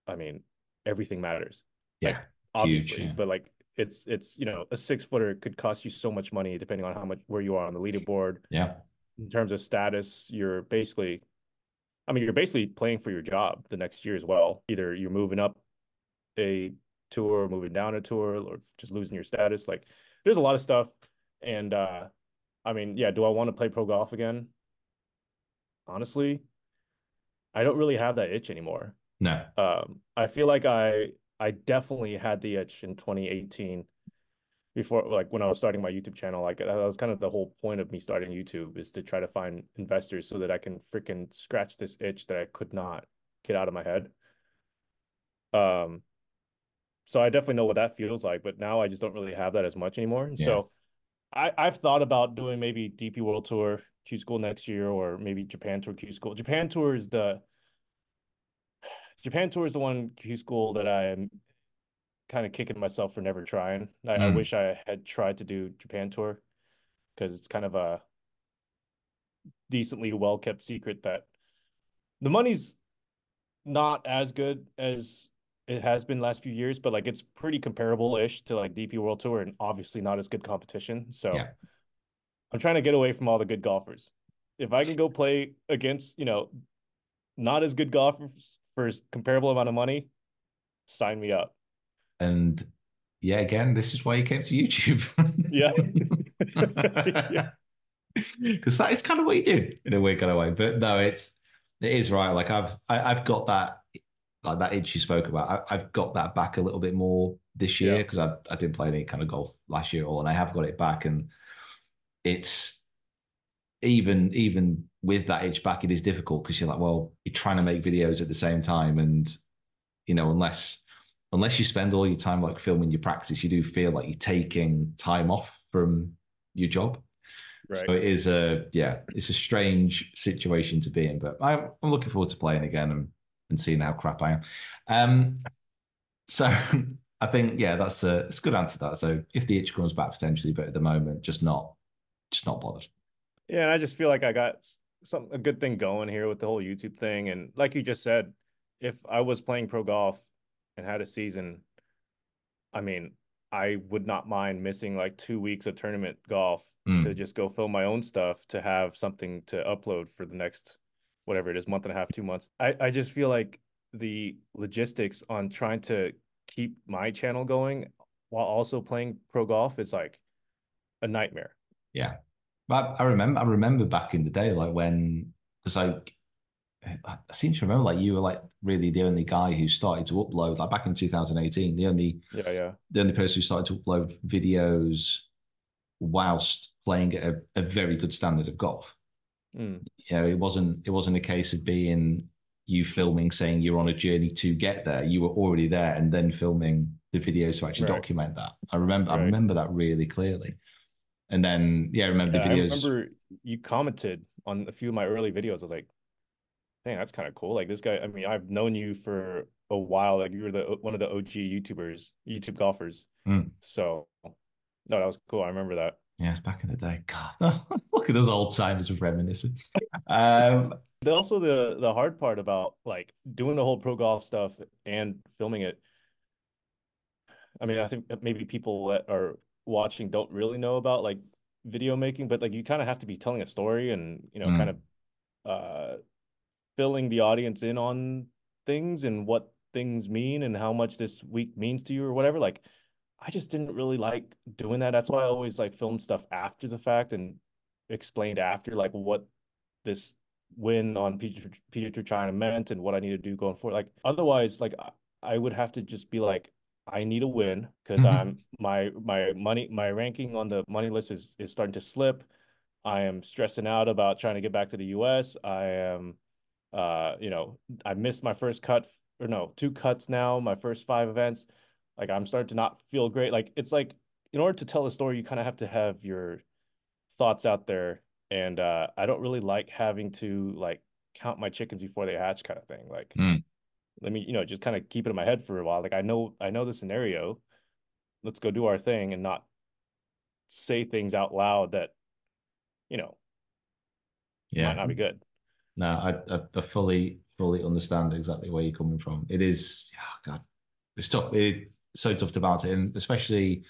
i mean everything matters Yeah. Huge, obviously yeah. but like it's it's you know a six footer could cost you so much money depending on how much where you are on the leaderboard Yeah. in terms of status you're basically i mean you're basically playing for your job the next year as well either you're moving up a tour moving down a tour or just losing your status like there's a lot of stuff and uh i mean yeah do i want to play pro golf again honestly i don't really have that itch anymore No. um, I feel like I I definitely had the itch in 2018 before like when I was starting my YouTube channel. Like that was kind of the whole point of me starting YouTube is to try to find investors so that I can freaking scratch this itch that I could not get out of my head. Um, so I definitely know what that feels like, but now I just don't really have that as much anymore. And Yeah. so I I've thought about doing maybe DP World Tour Q School next year or maybe Japan Tour Q School. Japan Tour is the Japan tour is the one Q school that I am kind of kicking myself for never trying. I, I Mm. wish I had tried to do Japan tour because it's kind of a decently well kept secret that the money's not as good as it has been last few years, but like it's pretty comparable ish to like DP World Tour and obviously not as good competition. So Yeah. I'm trying to get away from all the good golfers. If I can go play against, you know, not as good golfers for a comparable amount of money, sign me up. And yeah, again, this is why you came to YouTube. Yeah. Because that is kind of what you do in a weird kind of way. But no, it's it is right. Like I've I, I've got that like that itch you spoke about. I, I've got that back a little bit more this year Yeah. because I I didn't play any kind of golf last year at all, and I have got it back. And it's even even with that itch back, it is difficult because you're like, well, you're trying to make videos at the same time, and you know, unless unless you spend all your time like filming your practice, you do feel like you're taking time off from your job. Right. So it is a yeah, it's a strange situation to be in, but I, I'm looking forward to playing again and, and seeing how crap I am. Um, so I think yeah, that's a it's a good answer to that. So if the itch comes back potentially, but at the moment, just not just not bothered. Yeah, and I just feel like I got s- some a good thing going here with the whole YouTube thing. And like you just said, if I was playing pro golf and had a season, I mean, I would not mind missing like two weeks of tournament golf Mm. to just go film my own stuff to have something to upload for the next whatever it is, month and a half, two months. I, I just feel like the logistics on trying to keep my channel going while also playing pro golf is like a nightmare. Yeah. But I, I remember I remember back in the day, like when because I I seem to remember like you were like really the only guy who started to upload like back in 2018, the only Yeah, yeah. the only person who started to upload videos whilst playing at a, a very good standard of golf. Mm, You know, it wasn't it wasn't a case of being you filming saying you're on a journey to get there. You were already there and then filming the videos to actually Right. document that. I remember I Right. remember that really clearly. And then yeah, I remember Yeah, the I videos. remember you commented on a few of my early videos. I was like, dang, that's kind of cool. Like this guy, I mean, I've known you for a while. Like you were the one of the OG YouTubers, YouTube golfers. Mm. So no, that was cool. I remember that. Yes, back in the day. God, look at us old timers reminiscing. Um, The- also the the hard part about like doing the whole pro golf stuff and filming it i mean i think that maybe people that are watching don't really know about like video making but like you kind of have to be telling a story and you know Mm. kind of uh filling the audience in on things and what things mean and how much this week means to you or whatever like i just didn't really like doing that that's why i always like film stuff after the fact and explained after like what this win on Peter Peter China meant and what I need to do going forward. Like otherwise, like I- I would have to just be like, I need a win because Mhm. I'm my my money my ranking on the money list is is starting to slip. I am stressing out about trying to get back to the US. I am uh you know, I missed my first cut or no, two cuts now, my first five events. Like I'm starting to not feel great. Like it's like in order to tell a story, you kind of have to have your thoughts out there and uh I don't really like having to like count my chickens before they hatch kind of thing like Mm. let me you know just kind of keep it in my head for a while like I know I know the scenario let's go do our thing and not say things out loud that you know might yeah, not be good no, I, I, I fully, fully understand exactly where you're coming from. It is, oh God, it's tough. It's eh, so tough to balance it, and especially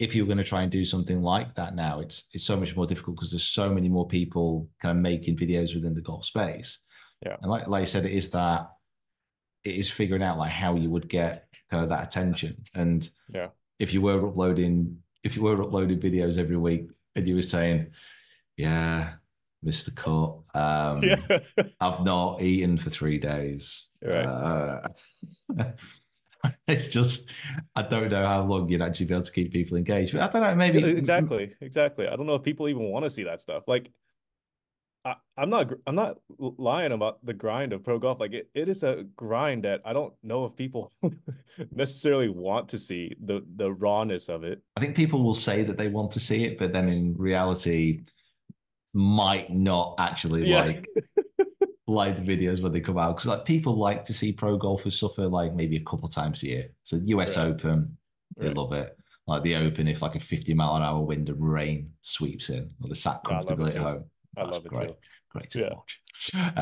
if you're going to try and do something like that now, it's it's so much more difficult because there's so many more people kind of making videos within the golf space. Yeah. and like like you said, it is that it is figuring out like how you would get kind of that attention and Yeah. if you were uploading if you were uploading videos every week and you were saying yeah missed the cut um yeah i've not eaten for three days Right. uh, it's just i don't know how long you'd actually be able to keep people engaged But i don't know maybe exactly exactly I don't know if people even want to see that stuff like I, I'm not gr- I'm not l- lying about the grind of pro golf. Like it, it is a grind that I don't know if people necessarily want to see the the rawness of it. I think people will say that they want to see it, but then in reality, might not actually Yes. like like the videos when they come out because like people like to see pro golfers suffer like maybe a couple times a year. So U.S. Right. Open, they Right. love it. Like the Open, if like a fifty mile an hour wind and rain sweeps in, or the sat Yeah, I love it comfortably at too. home. I That's love it great. too. Great to Yeah. watch.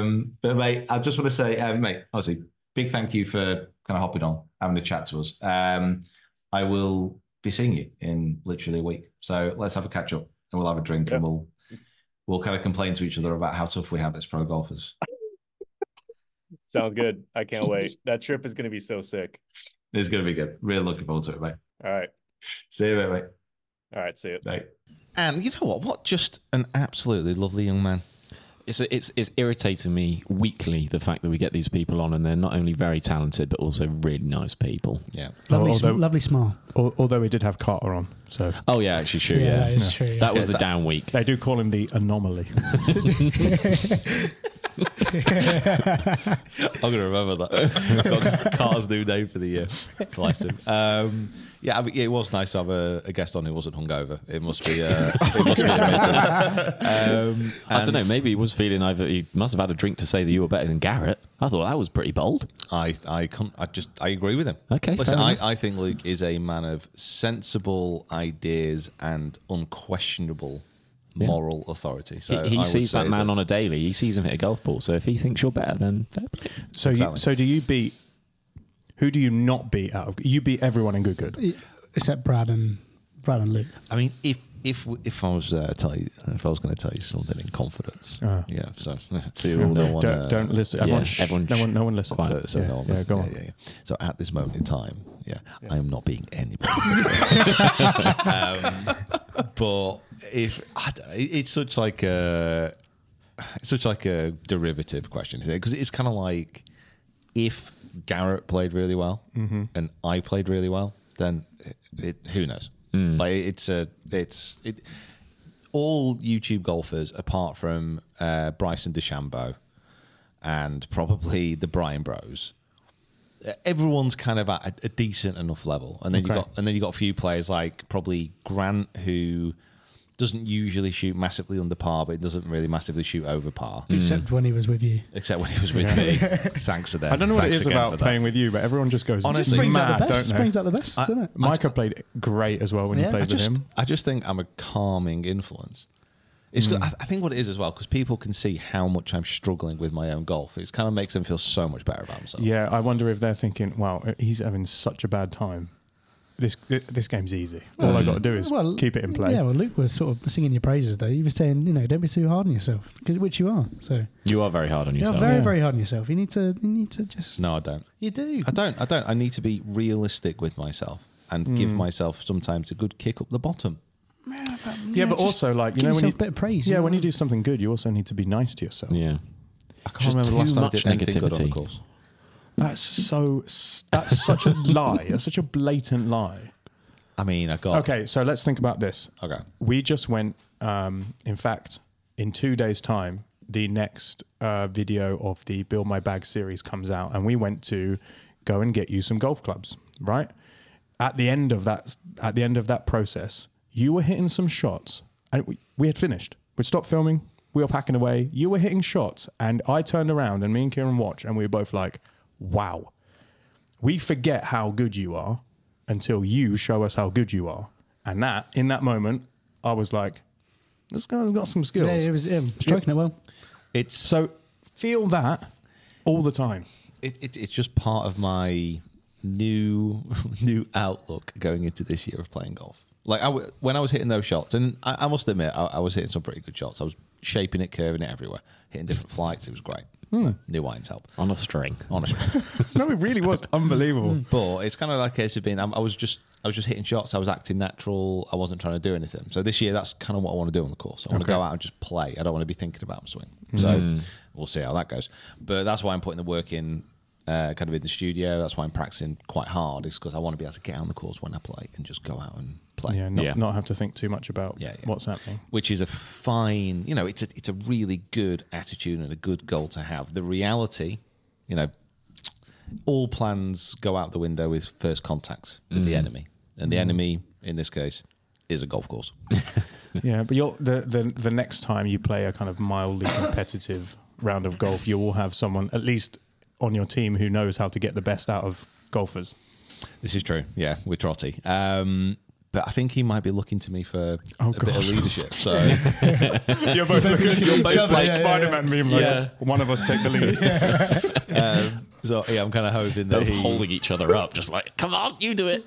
Um, but mate, I just want to say, um, mate, honestly, big thank you for kind of hopping on, having a chat to us. Um, I will be seeing you in literally a week. So let's have a catch up and we'll have a drink and Yeah. we'll we'll kind of complain to each other about how tough we have as pro golfers. Sounds good. I can't wait. That trip is going to be so sick. It's gonna be good. Really looking forward to it, mate. All right. See you, mate. mate. All right. See you. Bye. And Um, you know what? What just an absolutely lovely young man. It's, it's, it's irritating me weekly the fact that we get these people on and they're not only very talented but also really nice people. Yeah. Lovely, Oh, sm- although- lovely smile. Al- Although we did have Carter on, so Oh yeah, actually, sure. Yeah, Yeah, that is true. yeah. that was the that- down week. they do call him the anomaly. I'm going to remember that. Car's new name for the year. Bless him. Um, yeah, I mean, yeah, it was nice to have a, a guest on who wasn't hungover. It must be. Uh, it must be admitted. um, I don't know. Maybe he was feeling either he must have had a drink to say that you were better than Garrett. I thought that was pretty bold. I I can't. I just I agree with him. Okay, Listen, fair I, enough. I think Luke is a man of sensible ideas and unquestionable moral authority. He- So he I sees would say that man on a daily. He sees him hit a golf ball. So if he thinks you're better, then fair play. So Exactly. you, so do you beat? Who do you not beat out of? You beat everyone in good good. Except Brad and Brad and Luke. I mean, if if if I was uh, tell you, if I was going to tell you something in confidence, Ah. yeah. So To all no the- one, don't, uh, don't listen. yeah, Everyone, shh, everyone no shh. one, no one listens. So, so yeah, no one yeah, listens. go on. Yeah, yeah, yeah. So at this moment in time, yeah, I am not being anybody. um, but if I don't know, it- it's such like a it's such like a derivative question, isn't it? Because it's kind of like if Garrett played really well and I played really well, then it, it- who knows? Like it's a it's it. All YouTube golfers, apart from uh, Bryson DeChambeau, and probably the Brian Bros. Everyone's kind of at a, a decent enough level, and then you Okay. got and then you got a few players like probably Grant who doesn't usually shoot massively under par, but it doesn't really massively shoot over par. Hmm. Except when he was with you. Except when he was with Yeah. me. Thanks to them. I don't know what Thanks it is again about for that. playing with you, but everyone just goes Honestly, "You're brings mad, out the best. don't they?" Brings out the best, I- doesn't it? Micah played great as well when you Yeah. played I with just, him. I just think I'm a calming influence. It's. Hmm. good- I, I think what it is as well because people can see how much I'm struggling with my own golf. It kind of makes them feel so much better about themselves. Yeah, I wonder if they're thinking, "Wow, he's having such a bad time. This this game's easy. All Mm. I got to do is keep it in play." Yeah, Um, well, Luke was sort of singing your praises, though. He was saying, you know, don't be too hard on yourself, 'cause- which you are. So You are very hard on you're yourself. very, very hard on yourself. You need to, you need to just, No, I don't. you do. I don't. I don't. I need to be realistic with myself and Hmm. give myself sometimes a good kick up the bottom. yeah, but just also like you give know when you yourself a bit of praise, Yeah, you know? when you do something good, you also need to be nice to yourself. Yeah. I can't Just remember the too last time I much did anything good on the negativity. course. That's so. s- That's such a lie. That's such a blatant lie. I mean, I got Okay, so let's think about this. Okay. We just went. Um, in fact, in two days' time, the next uh, video of the Build My Bag series comes out, and we went to go and get you some golf clubs. Right at the end of that, at the end of that process, you were hitting some shots, and we, we had finished. We'd stopped filming. We were packing away. You were hitting shots, and I turned around, and me and Kieran watched, and we were both like, "Wow." we forget how good you are until you show us how good you are. And that, in that moment, I was like, this guy's got some skills. Yeah, it was him stroking it well. It's so feel that all the time. it, it, it's just part of my new new outlook going into this year of playing golf. Like I w- when I was hitting those shots, and I, I must admit, I, I was hitting some pretty good shots. I was shaping it, curving it everywhere, hitting different flights. It was great. Hmm. New irons help, On a string. honestly. No, it really was unbelievable. but it's kind of like a case of being. I'm, I was just, I was just hitting shots. I was acting natural. I wasn't trying to do anything. So this year, that's kind of what I want to do on the course. I want to go out and just play. I don't want to be thinking about my swing. Mm. So we'll see how that goes. But that's why I'm putting the work in, uh, kind of in the studio. That's why I'm practicing quite hard. Is because I want to be able to get on the course when I play and just go out and play. Yeah not, Yeah. not have to think too much about Yeah, yeah. what's happening. Which is a fine, you know, it's a it's a really good attitude and a good goal to have. The reality, you know, all plans go out the window with first contacts with Mm. the enemy, and the enemy in this case is a golf course. yeah, but you'll, the, the, the next time you play a kind of mildly competitive round of golf, you will have someone, at least on your team, who knows how to get the best out of golfers. this is true. Yeah, we're trotty. Um, but I think he might be looking to me for Oh, a bit of gosh. leadership. So You're both looking, you're both each other, like yeah, yeah, Spider-Man meme, like Yeah. one of us take the lead. Uh, so yeah, I'm kind of hoping that Both he holding each other up, just like, come on, you do it.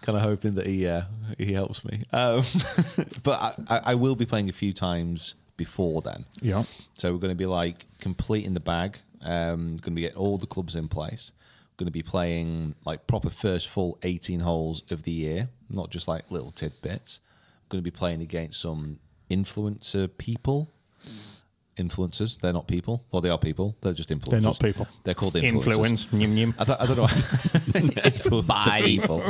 kind of hoping that he uh, he helps me. Um, but I, I I will be playing a few times before then. Yeah. So we're going to be like completing the bag. Um, going to be getting all the clubs in place. Going to be playing like proper first full 18 holes of the year, not just like little tidbits. Going to be playing against some influencer people. Influencers, they're not people. Well, they are people. They're just influencers. They're not people. They're called influencers. Influence. Nyum, I nyum. don't, I don't know. Influencer Bye. people.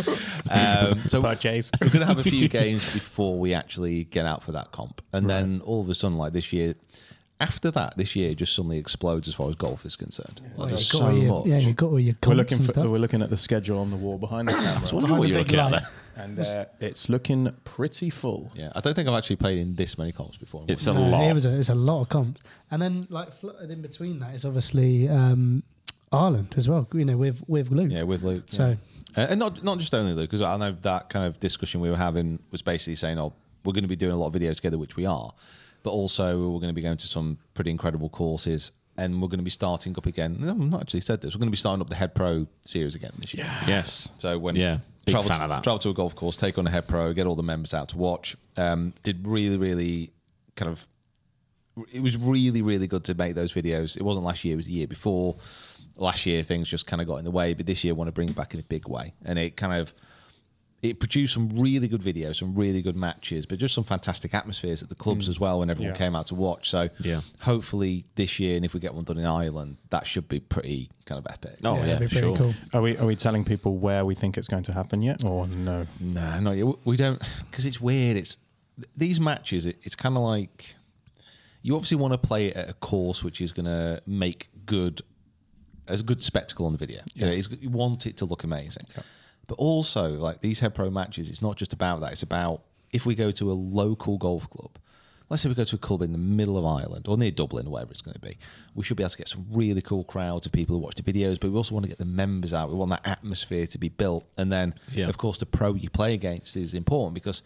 Um, so Purchase. we're going to have a few games before we actually get out for that comp. And then all of a sudden, like this year, after that, this year just suddenly explodes as far as golf is concerned. Like, Well, there's you've got so all your- much. Oh, Yeah, you've got all your We're comps looking and for, stuff. we're looking at the schedule on the wall behind the camera, wondering what the you're big looking at light. there. and uh, it's looking pretty full. Yeah, I don't think I've actually played in this many comps before. It's a No, lot. It was a, it's a lot of comps, and then like flooded in between that is obviously um, Ireland as well. You know, with with Luke. Mm. yeah, with Luke. So- yeah. Uh, and not not just only Luke, because I know that kind of discussion we were having was basically saying, "Oh, we're going to be doing a lot of videos together, which we are, but also we're going to be going to some pretty incredible courses." And we're going to be starting up again. No, I've not actually said this. We're going to be starting up the Head Pro series again this year. Yes. So when Yeah, big travel fan to, of that. travel to a golf course, take on a head pro, get all the members out to watch. Um, did really really kind of it was really really good to make those videos. It wasn't last year; it was the year before. Last year things just kind of got in the way, but this year I want to bring it back in a big way, and it kind of it produced some really good videos, some really good matches, but just some fantastic atmospheres at the clubs as well when everyone Yeah. came out to watch. So Mm. Yeah. hopefully this year, and if we get one done in Ireland, that should be pretty kind of epic. Oh, Yeah, yeah, that'd be for pretty sure. cool. Are we are we telling people where we think it's going to happen yet, or no? No, no, yeah, we don't because it's weird. It's th- these matches. It, it's kind of like you obviously want to play it at a course which is going to make good as a good spectacle on the video. You, know, it's, you want it to look amazing, but also like these head pro matches. It's not just about that. It's about if we go to a local golf club, let's say we go to a club in the middle of Ireland or near Dublin, wherever it's going to be, we should be able to get some really cool crowds of people who watch the videos, but we also want to get the members out. We want that atmosphere to be built. And then, Yeah. of course, the pro you play against is important because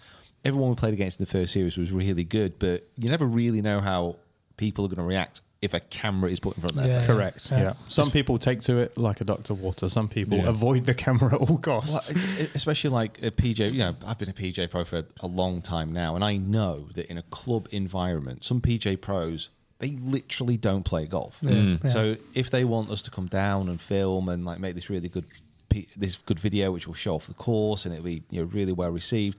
everyone we played against in the first series was really good, but you never really know how people are going to react if a camera is put in front of their Yeah. face. Correct. Yeah. Yeah. Some people take to it like a duck to water. Some people Yeah. avoid the camera at all costs. Well, e- e- especially like a PJ, you know, I've been a PJ pro for a long time now, and I know that in a club environment, some PJ pros they literally don't play golf. So if they want us to come down and film and like make this really good, P- this good video, which will show off the course and it'll be you know really well received,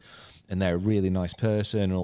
and they're a really nice person and all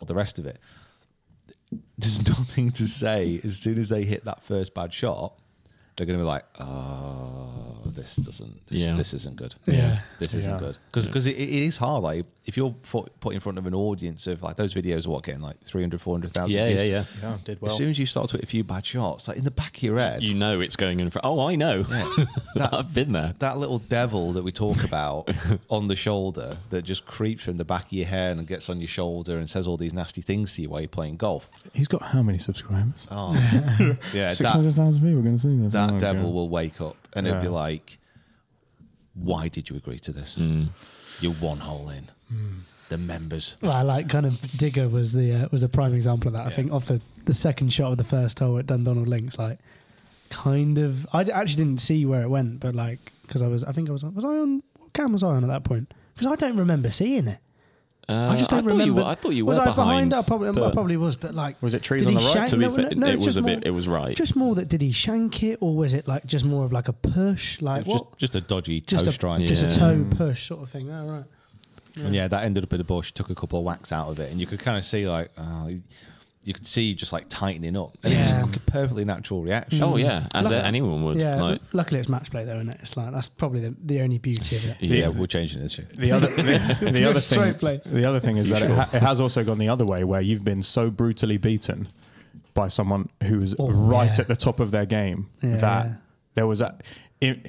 all the rest of it. There's nothing to say. As soon as they hit that first bad shot, they're going to be like, "Oh, this doesn't. This, Yeah. this isn't good. Yeah. this isn't Yeah. good." Because it, it is hard. Like if you're fo- put in front of an audience of like those videos are what getting like 300, 400,000 Yeah, views. yeah, yeah. yeah, did As well. soon as you start to hit a few bad shots, like in the back of your head, You know it's going in front. Oh, I know. that- I've been there. that little devil that we talk about on the shoulder that just creeps from the back of your head and gets on your shoulder and says all these nasty things to you while you're playing golf. He's got how many subscribers? Oh, yeah, that- 600,000 people are going to see this. that Oh my devil God. will wake up and it'll be Yeah. like, "Why did you agree to this? You're one hole in. The members." Well, I like kind of digger was the uh, was a prime example of that. I think off the, the second shot of the first hole at Dundonald Links, like kind of I d- actually didn't see where it went, but like because I was I think I was on was I on what cam was I on at that point? Because I don't remember seeing it. Uh, I just don't thought remember. You were, I thought you was were I behind. I probably, I but- probably was, but like Was it trees did on he the right? shank- To be no, fair, no, no, it was just a bit- more- it was right. Just more that did he shank it or was it like just more of like a push? Like It was what? just, just a dodgy Just toe a, strike. just yeah. a toe push sort of thing. All right. And yeah, that ended up in a bush. Took a couple of whacks out of it, and you could kind of see like, oh, you- you could see just like tightening up, and it's Yeah. like a perfectly natural reaction. Oh yeah, as Luckily- anyone would. Yeah, like, luckily it's match play though, isn't it? It's like that's probably the, the only beauty of it. yeah, we're changing this. year. The other, the, the other Straight play. thing, the other thing is that it, ha- it has also gone the other way, where you've been so brutally beaten by someone who was Oh, right yeah. at the top of their game Yeah. that there was a. in-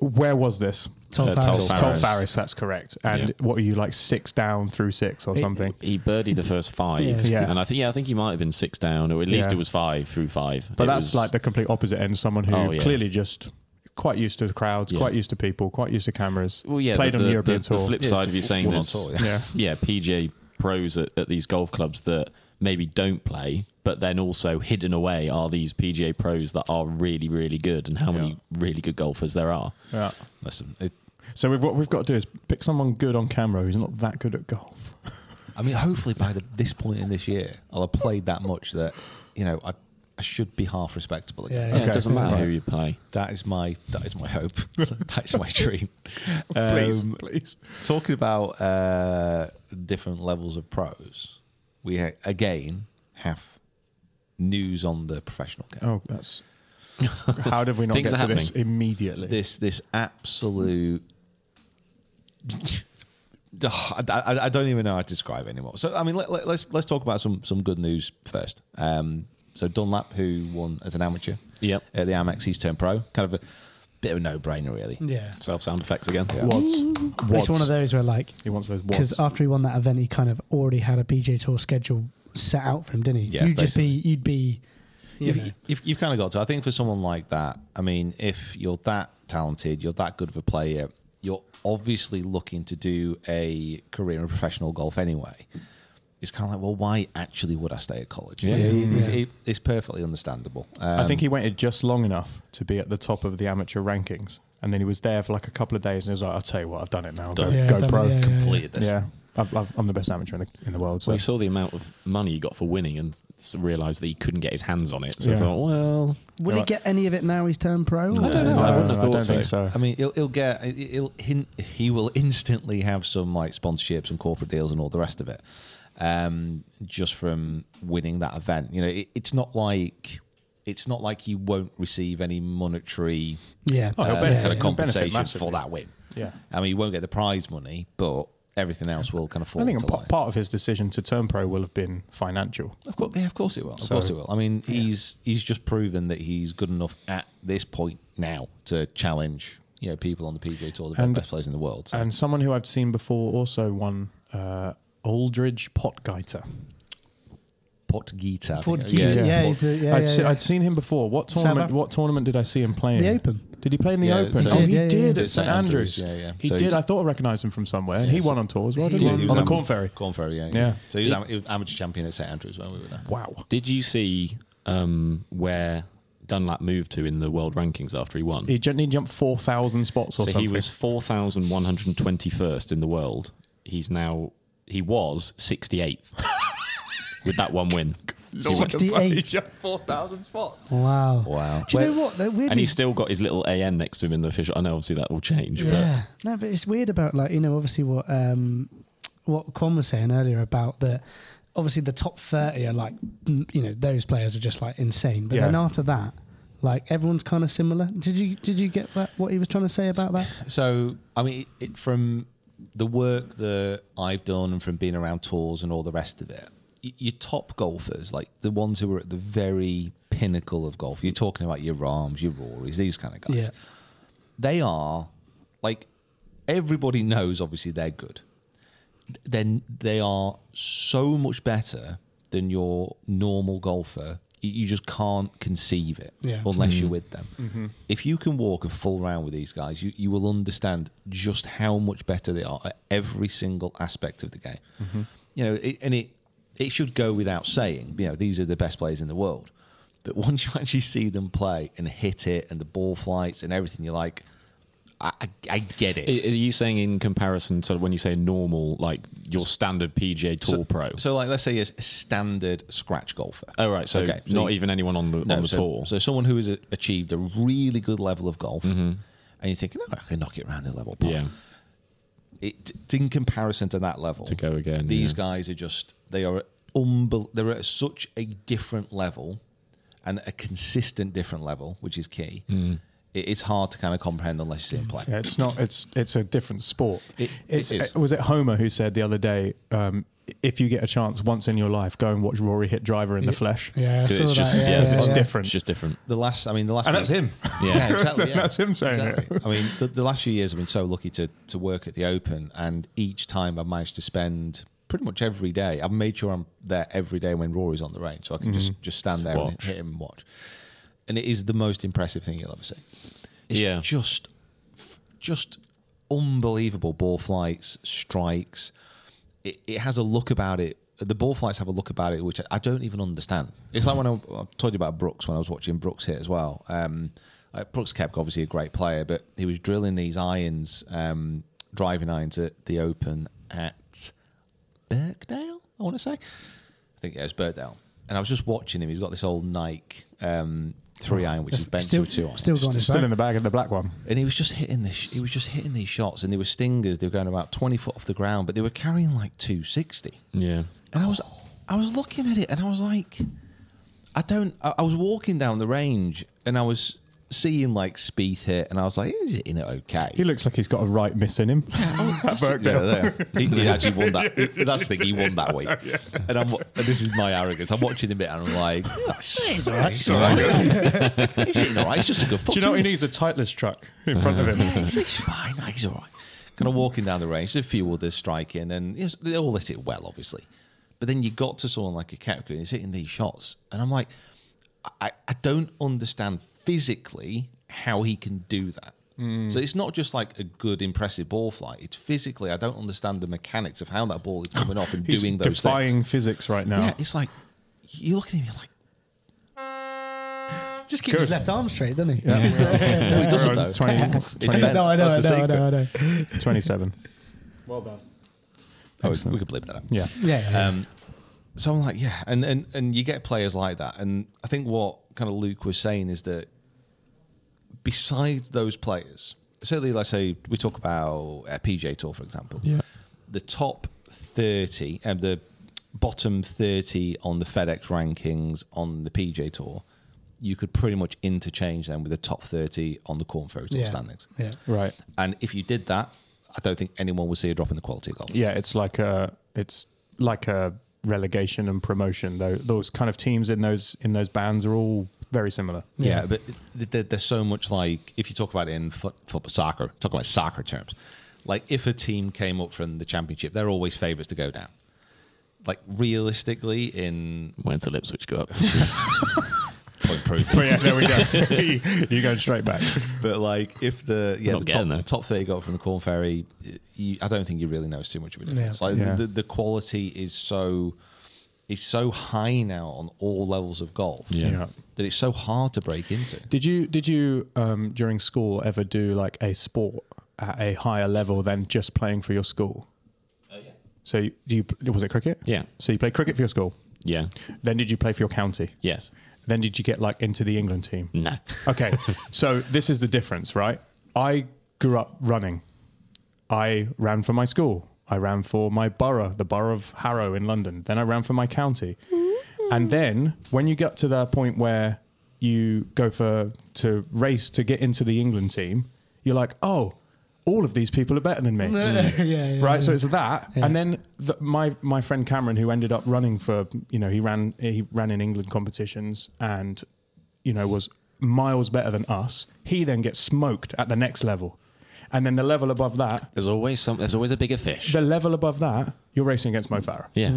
where was this? Tom Uh, Farris. Tom Tom Farris. Farris, that's correct. And Yeah. what are you like six down through six or something? He birdied the first five, Yeah. and I think yeah, I think he might have been six down, or at least Yeah. it was five through five. But It that's was- like the complete opposite end. Someone who Oh, yeah. clearly just quite used to the crowds, Yeah. quite used to people, quite used to cameras. well, yeah, played the, on the the- European the, tour. The flip Yeah, side of you it's saying one on there's tour, yeah. yeah, yeah PGA pros at, at these golf clubs that maybe don't play, but then also hidden away are these PGA pros that are really really good, and how Yeah. many really good golfers there are. yeah. Listen, it, So we've, what we've got to do is pick someone good on camera who's not that good at golf. I mean, hopefully by the, this point in this year, I'll have played that much that you know I, I should be half respectable again. Yeah, Yeah, Okay. it doesn't matter Right. who you play. That is my that is my hope. that is my dream. Please, Um, please. Talking about uh, different levels of pros, we ha- again have news on the professional game. Oh, that's. How did we not Things get are to this immediately? This this absolute. I, I- I don't even know how to describe it anymore. So I mean, let, let, let's let's talk about some some good news first. Um, so Dunlap, who won as an amateur, Yep. at the Amex, he's turned pro. Kind of a bit of a no brainer, really. Yeah. Self sound effects again. wads. It's one of those where like He wants those wads. because after he won that event, he kind of already had a PJ Tour schedule set out for him, didn't he? Yeah, you'd just be you'd be You if, know. if you've kind of got to, I think for someone like that, I mean, if you're that talented, you're that good of a player, you're obviously looking to do a career in professional golf anyway. It's kind of like, well, why actually would I stay at college? Yeah. It- It's, it- it's perfectly understandable. Um, I think he waited just long enough to be at the top of the amateur rankings, and then he was there for like a couple of days, and he was like, "I'll tell you what, I've done it now. Go, Done it. Yeah, go done it, pro, yeah, yeah, yeah. completed this. Yeah, I've, I've, I'm the best amateur in the in the world. So We saw the amount of money he got for winning and s- realised that he couldn't get his hands on it. So I Yeah. thought, well, Would he get any of it now he's turned pro? I don't know. No, I wouldn't no, have I don't thought so. think so. I mean, he'll, he'll get, he'll, hin he will instantly have some like sponsorships and corporate deals and all the rest of it, um, just from winning that event. You know, it, it's not like it's not like he won't receive any monetary Yeah. Oh, he'll uh, benefit. kind of He'll benefit compensation for massively. that win. Yeah. I mean, he won't get the prize money, but everything else will kind of fall I think into pa- line. part of his decision to turn pro will have been financial. Of course, yeah, of course it will. Of course it will. I mean, he's he's just proven that he's good enough at this point now to challenge you know people on the PGA Tour, the And- best players in the world. So. And someone who I've seen before also won uh, Aldridge Potgeiter. Pot Gita. Podgieter, Yeah, he's the- yeah, I'd, yeah, se- yeah. I'd seen him before. What South tournament? Af- what tournament did I see him play in? The Open. Did he play in the Yeah, Open? so- oh, he He did, yeah, yeah. did At at St St. Andrews. Andrews, yeah, yeah. He So- did. I thought I recognised him from somewhere. he won on tour as well, didn't he? was on the am- Corn Ferry. Corn Ferry, yeah. yeah. So he was, am- he was amateur champion at St Andrews when we were there. Wow. did you see um, where Dunlap moved to in the world rankings after he won? He gently jumped 4,000 spots or so something. he was 4,121st in the world. He's now, he was 68th with that one win. 68. 4,000 spots. Wow. Wow. Do you know what? They're weirdly And he's still got his little AN next to him in the official. I know obviously that will change, Yeah. No, but it's weird about like you know obviously what um what Quan was saying earlier about that. Obviously, the top thirty are like mm, you know those players are just like insane. But Yeah. then after that, like everyone's kind of similar. Did you did you get that? What he was trying to say about that? So, I mean, it, from the work that I've done and from being around tours and all the rest of it, y- your top golfers, like the ones who are at the very pinnacle of golf, you're talking about your Rams, your Rorys, these kind of guys. Yeah. they are like everybody knows obviously they're good then they are so much better than your normal golfer you you just can't conceive it Yeah. unless you're with them if you can walk a full round with these guys you, you will understand just how much better they are at every single aspect of the game you know it, and it it should go without saying you know these are the best players in the world but once you actually see them play and hit it and the ball flights and everything you're like i, I, I get it but are are you saying in comparison to when you say normal, like your standard PGA Tour pro? So, like, let's say he's a standard scratch golfer. oh right, so, Okay, so not you- even anyone on the No, on the so, tour. So, someone who has a- achieved a really good level of golf, and you're thinking, oh, I can knock it around in level par. Mm-hmm. yeah, It, it's in comparison to that level, To go again, these yeah. guys are just they are unbel- they're at such a different level, and a consistent different level, which is key. Mm. It, it's hard to kind of comprehend unless you see them play. Yeah, it's not. It's it's a different sport. It- it's, uh, it is. Was it Homer who said the other day, um, if you get a chance once in your life, go and watch Rory hit driver in the flesh. Yeah, I Because saw it's that. just yeah, yeah, yeah, it's yeah. different. It's just different. The last, I mean, the last, And that's him. Yeah. yeah, exactly. Yeah. That's him saying it. exactly. I mean, the, the last few years I've been so lucky to to work at the Open, and each time I've managed to spend pretty much every day. I've made sure I'm there every day when Rory's on the range, so I can Mm-hmm. just just stand there and watch. hit him and watch. And it is the most impressive thing you'll ever see. It's Yeah. just f- just unbelievable ball flights, strikes. It, it has a look about it. The ball flights have a look about it, which I, I don't even understand. It's like when I, I told you about Brooks when I was watching Brooks hit as well. Um, uh, Brooks Kepka, obviously a great player, but he was drilling these irons, um, driving irons at the Open at Birkdale, I want to say. I think yeah, it was Birkdale. And I was just watching him. He's got this old Nike um, three iron, which is bent to a Still, two iron still gone. Still in the bag of the black one. and he was just hitting this. He was just hitting these shots, and they were stingers. They were going about twenty foot off the ground, but they were carrying like two sixty. Yeah, And I was, I was looking at it, and I was like, I don't. I, I was walking down the range, and I was seeing like Spieth hit, and I was like, he's hitting it okay. He looks like he's got a right miss in him. That's it, yeah, there. He, he actually won that. he- That's the thing. He won that week. And I'm. wa- And this is my arrogance. I'm watching him, and I'm like, he's all right. He's all right. He's hitting all right. He's just a good. Do you know putter." what he needs? A tightless truck in front of him. he's, he's fine. mate, He's all right. Kind of walking down the range, there's a few others striking, and yes, they all hit it well, obviously. But then you got to someone like a Kepka, and he's hitting these shots, and I'm like, I, I don't understand physically how he can do that. So it's not just like a good, impressive ball flight. It's physically, I don't understand the mechanics of how that ball is coming off and He's doing those defying things. physics right now. Yeah, it's like you look at him, you're like, Just keep his left arm straight, doesn't he? no, he doesn't We're on though. 20 It's It's Ben. no, I know, I That's know, the I know, I know. know. 27. Well done. Oh, we could bleep that out. Yeah. Yeah. yeah. Um, so I'm like, yeah, and and and you get players like that, and I think what kind of Luke was saying is that besides those players, certainly, let's say we talk about uh, PJ Tour, for example, Yeah. the top thirty and the bottom thirty on the FedEx rankings on the PJ Tour, you could pretty much interchange them with the top thirty on the Cornfro Tour yeah. standings. Yeah. Right. And if you did that, I don't think anyone would see a drop in the quality of golf. Yeah, it's like a it's like a relegation and promotion though. Those kind of teams in those in those bands are all very similar. Yeah, but th- th- there's so much like if you talk about it in foot, football, soccer, talk about soccer terms. Like if a team came up from the championship, they're always favourites to go down. Like realistically, in When's the lips which go up? point proof, But yeah, there we go. You're going straight back. but like if the yeah not the getting there. top, top thirty got from the Corn Ferry, y- you, I don't think you really notice too much of a difference. Like Yeah. the, the quality is so is so high now on all levels of golf Yeah. that it's so hard to break into. Did you did you um, during school ever do like a sport at a higher level than just playing for your school? Oh, So you, do you was it cricket? Yeah. So you played cricket for your school. Yeah. Then did you play for your county? Yes. Then did you get like into the England team? No. Okay, so this is the difference, right? I grew up running. I ran for my school. I ran for my borough, the borough of Harrow in London. Then I ran for my county. Mm-hmm. And then when you get to the point where you go for to race to get into the England team, you're like, oh, all of these people are better than me. yeah, yeah, right? So it's that, and then the, my my friend Cameron, who ended up running for, you know, he ran he ran in England competitions, and you know was miles better than us. He then gets smoked at the next level, and then the level above that, There's always some. There's always a bigger fish. the level above that, you're racing against Mo Farah. yeah.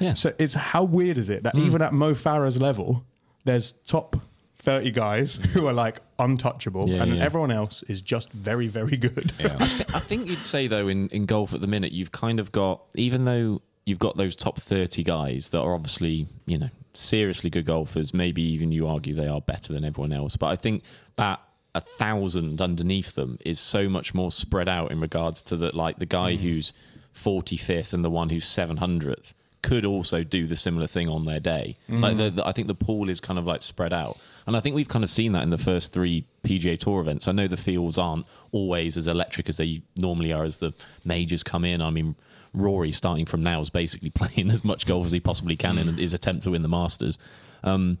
Yeah. Mm. So it's how weird is it that even at Mo Farah's level, there's top. 30 guys who are like untouchable Yeah, and yeah. everyone else is just very very good I think you'd say though in, in golf at the minute you've kind of got even though you've got those top 30 guys that are obviously you know seriously good golfers maybe even you argue they are better than everyone else but I think that a thousand underneath them is so much more spread out in regards to that like the guy who's 45th and the one who's 700th could also do the similar thing on their day like the, the, I think the pool is kind of like spread out and I think we've kind of seen that in the first three PGA Tour events. I know the fields aren't always as electric as they normally are as the majors come in. I mean, Rory starting from now is basically playing as much golf as he possibly can in his attempt to win the Masters. Um,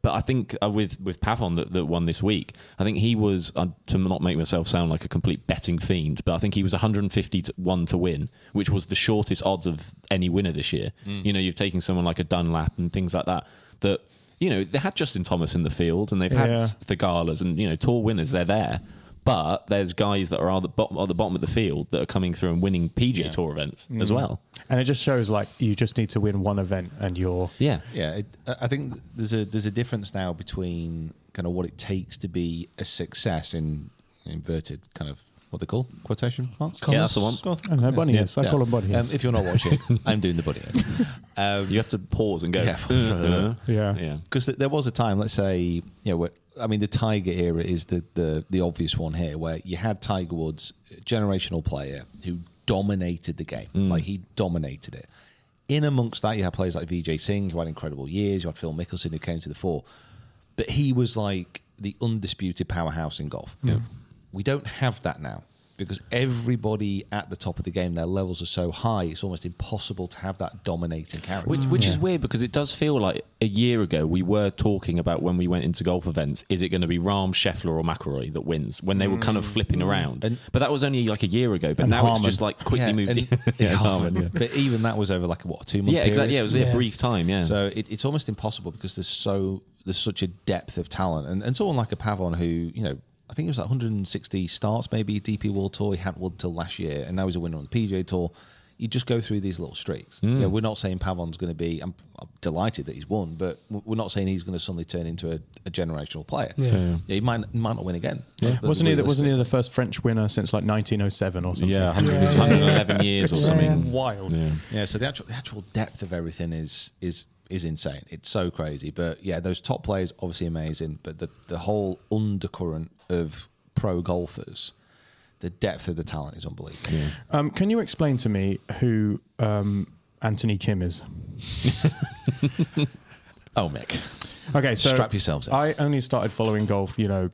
but I think uh, with with Pavon that, that won this week, I think he was uh, to not make myself sound like a complete betting fiend, but I think he was 150 to one to win, which was the shortest odds of any winner this year. You know, you've taken someone like a Dunlap and things like that that you know, they had Justin Thomas in the field and they've had Yeah. the Galas and, you know, tall winners, they're there. But there's guys that are at the bottom at the bottom of the field that are coming through and winning PJ tour events Mm. as well. and it just shows like you just need to win one event and you're Yeah. Yeah, it, I I think there's a there's a difference now between kind of what it takes to be a success in inverted kind of what they call quotation marks. Yeah, that's the one. I don't know, bunny ears. I Yeah. call them bunny Um, ears. if you're not watching, I'm doing the bunny ears. You have to pause and go. Yeah. "Uh, uh." Yeah. Yeah. because th- there was a time, let's say, you know, where, I mean, the Tiger era is the, the the obvious one here, where you had Tiger Woods, a generational player who dominated the game, Mm. like he dominated it. In amongst that, you had players like VJ Singh who had incredible years. You had Phil Mickelson who came to the fore, but he was like the undisputed powerhouse in golf. We don't have that now because everybody at the top of the game, their levels are so high, it's almost impossible to have that dominating character. Which, which Mm. is weird because it does feel like a year ago we were talking about when we went into golf events, is it going to be Rahm, Scheffler, or McIlroy that wins? When they were kind of Mm. flipping around, but that was only like a year ago. But And now it's Harmon. just like quickly Yeah, moved. and- in. yeah, Yeah, Harmon, yeah. But even that was over like a what two month. Yeah, exactly. Yeah, it period? was a brief time. Yeah. So it, it's almost impossible because there's so there's such a depth of talent, and and someone like a Pavon who you know I think it was like 160 starts maybe DP World Tour. He had one till last year, and now he's a winner on the PJ Tour. you just go through these little streaks. Hmm. You know, we're not saying Pavon's going to be. I'm, I'm delighted that he's won, but w- we're not saying he's going to suddenly turn into a, a generational player. Yeah. he might might not win again. That's Wasn't he? The, wasn't he realistic. the first French winner since like 1907 or something? Yeah, 100, Yeah, yeah, 111 years or Yeah. something. wild. Yeah. Yeah, so the actual the actual depth of everything is is is insane. It's so crazy. But yeah, those top players obviously amazing, but the the whole undercurrent of pro golfers, the depth of the talent is unbelievable. Um, can you explain to me who um, Anthony Kim is? Oh, Mick. Okay, so Strap yourselves in. I only started following golf, you know,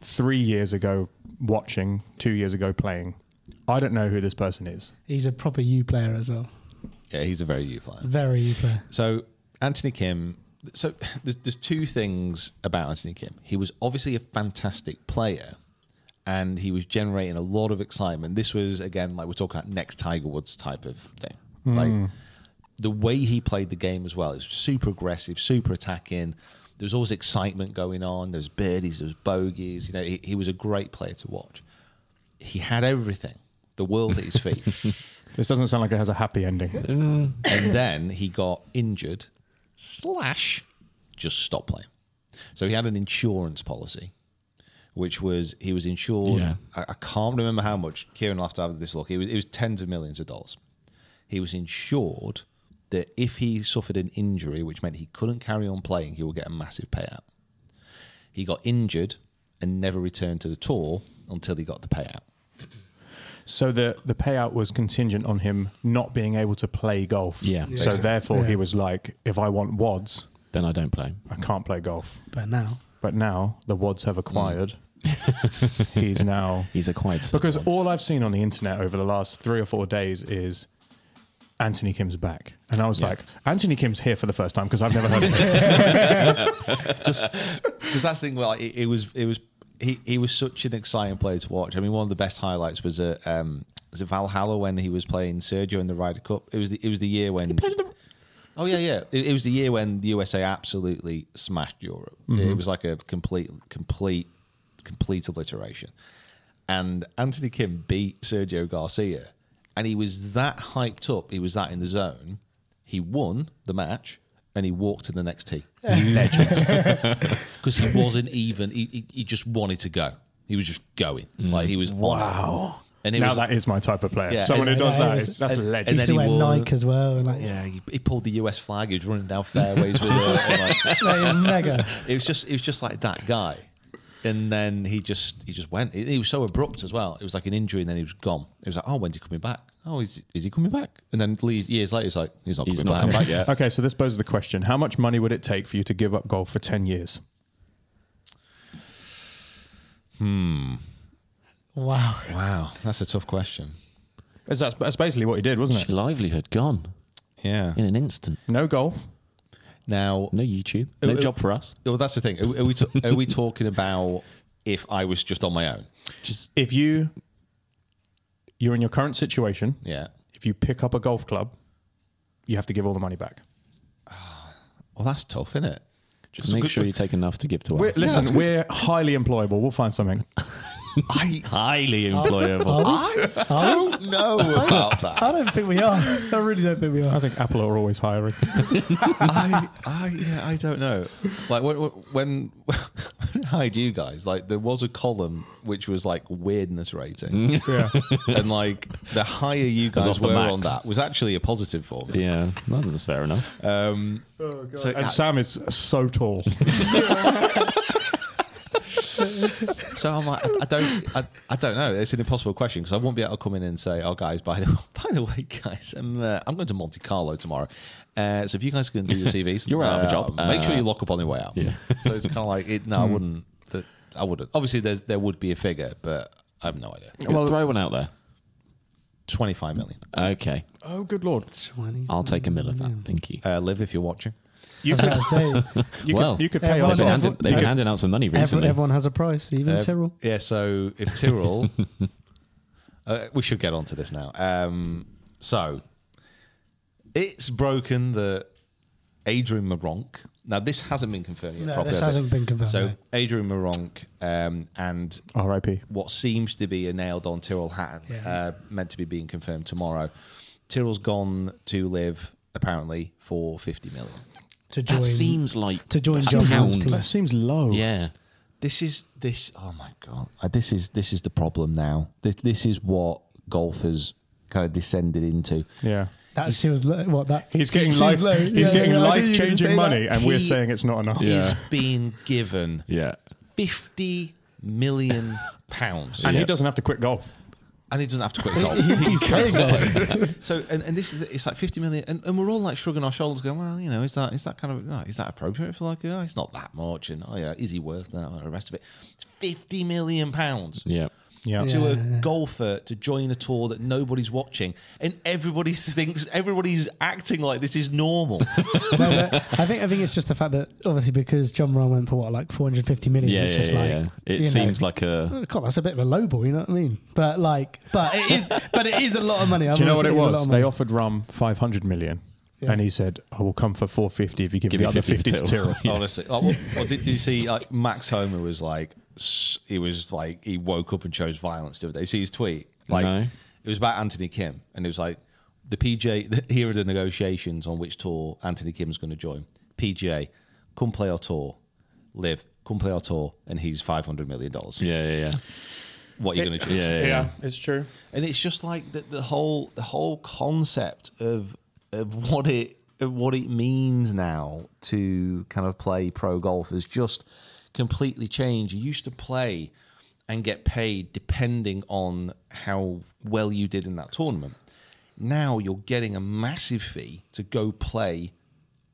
three years ago, watching, two years ago, playing. I don't know who this person is. He's a proper U player as well. Yeah, he's a very U player. Very U player. So Anthony Kim. So there's, there's two things about Anthony Kim. He was obviously a fantastic player, and he was generating a lot of excitement. This was again like we're talking about next Tiger Woods type of thing. Like the way he played the game as well is super aggressive, super attacking. There was always excitement going on. There's birdies, there's bogeys. You know, he, he was a great player to watch. He had everything, the world at his feet. This doesn't sound like it has a happy ending. and then he got injured slash just stopped playing so he had an insurance policy which was he was insured Yeah. I, I can't remember how much kieran will have to have this look it was, it was tens of millions of dollars he was insured that if he suffered an injury which meant he couldn't carry on playing he would get a massive payout he got injured and never returned to the tour until he got the payout So the the payout was contingent on him not being able to play golf. Yeah. So therefore, he was like, if I want wads, Then I don't play. I can't play golf. But now, But now the wads have acquired. he's now Mm. He's a quiet. sort of Because one. all I've seen on the internet over the last three or four days is Anthony Kim's back. And I was like, Anthony Kim's here for the first time because I've never heard of him. because that's the thing. Well, it, it was it was he, he was such an exciting player to watch. I mean, one of the best highlights was at um, was it Valhalla when he was playing Sergio in the Ryder Cup. It was the, it was the year when oh yeah yeah it, it was the year when the USA absolutely smashed Europe. It was like a complete complete complete obliteration. And Anthony Kim beat Sergio Garcia, and he was that hyped up. He was that in the zone. He won the match, and he walked to the next tee because he wasn't even he, he, he just wanted to go he was just going like he was wow and it now was that is my type of player. Yeah. Someone who Yeah, does yeah, that it is was- that's a and- legend. and he then he went wore- Nike as well. and, Like, yeah yeah. he, he pulled the US flag he was running down fairways with it and, like, Like, mega. it was just it was just like that guy and then he just he just went he he was so abrupt as well it was like an injury and then he was gone it was like oh when's he coming back oh is, is he coming back and then le- years later it's like he's not He's coming back, not coming I'm like, okay, so this poses the question. How much money would it take for you to give up golf for 10 years? Wow. Hmm. wow that's a tough question Is that, that's basically what he did, wasn't it? livelihood gone yeah in an instant. No golf. now No YouTube. No Uh, uh, job for us. Well, that's the thing. Are, are we t- are we talking about if I was just on my own? Just If you you're in your current situation, Yeah. if you pick up a golf club, you have to give all the money back. Ah, Well, that's tough, isn't it? just make good- sure you take enough to give to We're, us. listen, we're highly employable. We'll find something. I highly employable. I don't know about that. I don't think we are. I really don't think we are. I think Apple are always hiring. I I yeah, I don't know. Like when when, when I hired you guys, like there was a column which was like weirdness rating, yeah. and like the higher you guys Mm. off the were on max. that was actually a positive for me. Um, yeah, that's fair enough. So uh, And Sam is so tall. So I'm like, I, I don't, I, I don't know. It's an impossible question because I won't be able to come in and say, "Oh, guys, by the by the way, guys, I'm uh, I'm going to Monte Carlo tomorrow. Uh, so if you guys can do your CVs, You're out of a uh, job. Make sure Uh, you lock up on your way out. yeah. Hmm. So it's kind of like, it, no, I wouldn't. that- I wouldn't. Obviously, there's there would be a figure, but I have no idea. Well, throw one out there. Twenty five million. Okay, oh, good lord! I'll take a mill of that. Thank you. Uh, Liv, if you're watching, You I could, was about to say, you Well, could, you could pay everyone- They've us been, everyone- off. handing, they've been handing out some money everyone, recently. everyone has a price, even Uh, Tyrrell. Yeah. So if Tyrrell, uh, we should get onto this now. Um, so it's broken that Adrian Maronk. Now this hasn't been confirmed yet. No, properly, this has it? hasn't been confirmed, So no. Adrian Maronk um, and R.I.P. what seems to be a nailed on Tyrrell Hatton Yeah. uh, meant to be being confirmed tomorrow. Tyrrell's gone to live apparently for fifty million. to join. That seems like to join a John Lennon's pound. team. That seems low. Yeah. This is this. Oh my god! Uh, This is this is the problem now. This this is what golfers kind of descended into. Yeah. that seems low. What that? He's getting life. seems low. He's Yeah, getting yeah, I knew you were gonna life say changing money, and we're He saying it's not enough. Is being given Yeah. fifty million pounds, And Yeah. he doesn't have to quit golf. and he doesn't have to quit golf. that. He's playing well. So and, and this is it's like fifty million, and, and we're all like shrugging our shoulders, going, "Well, you know, is that is that kind of uh, is that appropriate for like, oh, it's not that much, and oh yeah, is he worth that, and all the rest of it? It's fifty million pounds Yeah. Yeah. to a golfer to join a tour that nobody's watching, and everybody thinks everybody's acting like this is normal. No, but I think I think it's just the fact that obviously because John Ron went for what like 450 million. Yeah. it's yeah, just yeah, like yeah. It you know, seems like a. God, that's a bit of a lowball, you know what I mean? But like, but it is, but it is a lot of money. Do you know what it was? They offered Rum 500 million, and he said, I will come for 450 if you give, Give me me the other 50 50 to to Tyrrell. Honestly, like, well, well, did, did you see like Max Homer was like s- he was like he woke up and chose violence the other day. You see his tweet? Like No. it was about Anthony Kim, and it was like the PJ. Here are the negotiations on which tour Anthony Kim's going to join. PJ, come play our tour. Live, come play our tour, and he's five hundred million dollars. Yeah. Yeah. Yeah. What are you going to choose? Yeah. yeah, yeah. it's true. and it's just like the, the whole the whole concept of of what it of what it means now to kind of play pro golf has just completely changed. You used to play and get paid depending on how well you did in that tournament. Now you're getting a massive fee to go play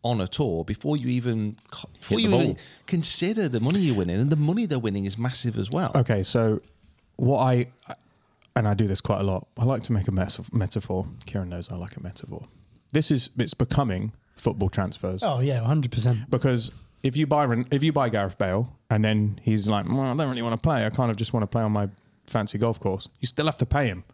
on a tour before you even co- before Hit you the even ball. consider the money you're winning, and the money they're winning is massive as well. Okay, so what I, and I do this quite a lot, I like to make a mess of metaphor. Kieran knows I like a metaphor. This is, it's becoming football transfers. Oh yeah, 100. percent because if you buy Ren- if you buy Gareth Bale and then he's like, well, I don't really want to play. I kind of just want to play on my fancy golf course. You still have to pay him.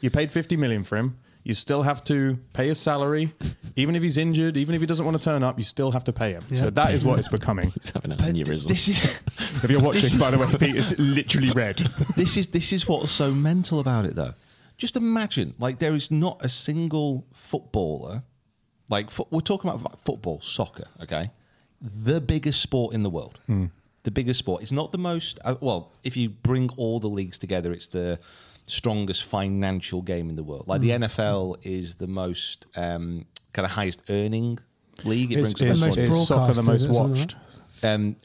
You paid fifty million for him. You still have to pay his salary, even if he's injured, even if he doesn't want to turn up. You still have to pay him. So that is what it's becoming. He's having an But th- aneurysm. this is If you're This watching, is- by the way, Pete, it's literally red. this is this is what's so mental about it though. Just imagine, like there is not a single footballer, like fo- we're talking about like, football, soccer, okay, the biggest sport in the world, Hmm. the biggest sport. It's not the most uh, well. If you bring all the leagues together, it's the strongest financial game in the world. Like Hmm. the NFL is the most um, kind of highest earning league. It It's, brings in it's- most money. it's soccer the broadcasters, most isn't it? watched. um,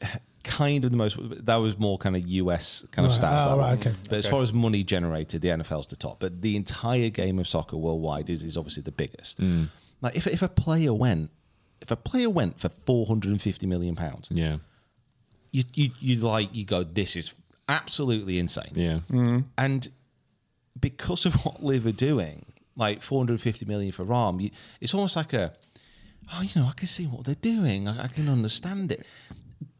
kind of the most. That was more kind of US kind of Right. stats. Oh, that right, one. okay. But as far as money generated, the NFL's the top. But the entire game of soccer worldwide is, is obviously the biggest. Mm. Like if if a player went, if a player went for four hundred and fifty million pounds, yeah. you you you like you go, this is absolutely insane. Yeah. Mm. And because of what Liv are doing, like 450 million for Ram, you, it's almost like a, oh, you know, I can see what they're doing. I, I can understand it.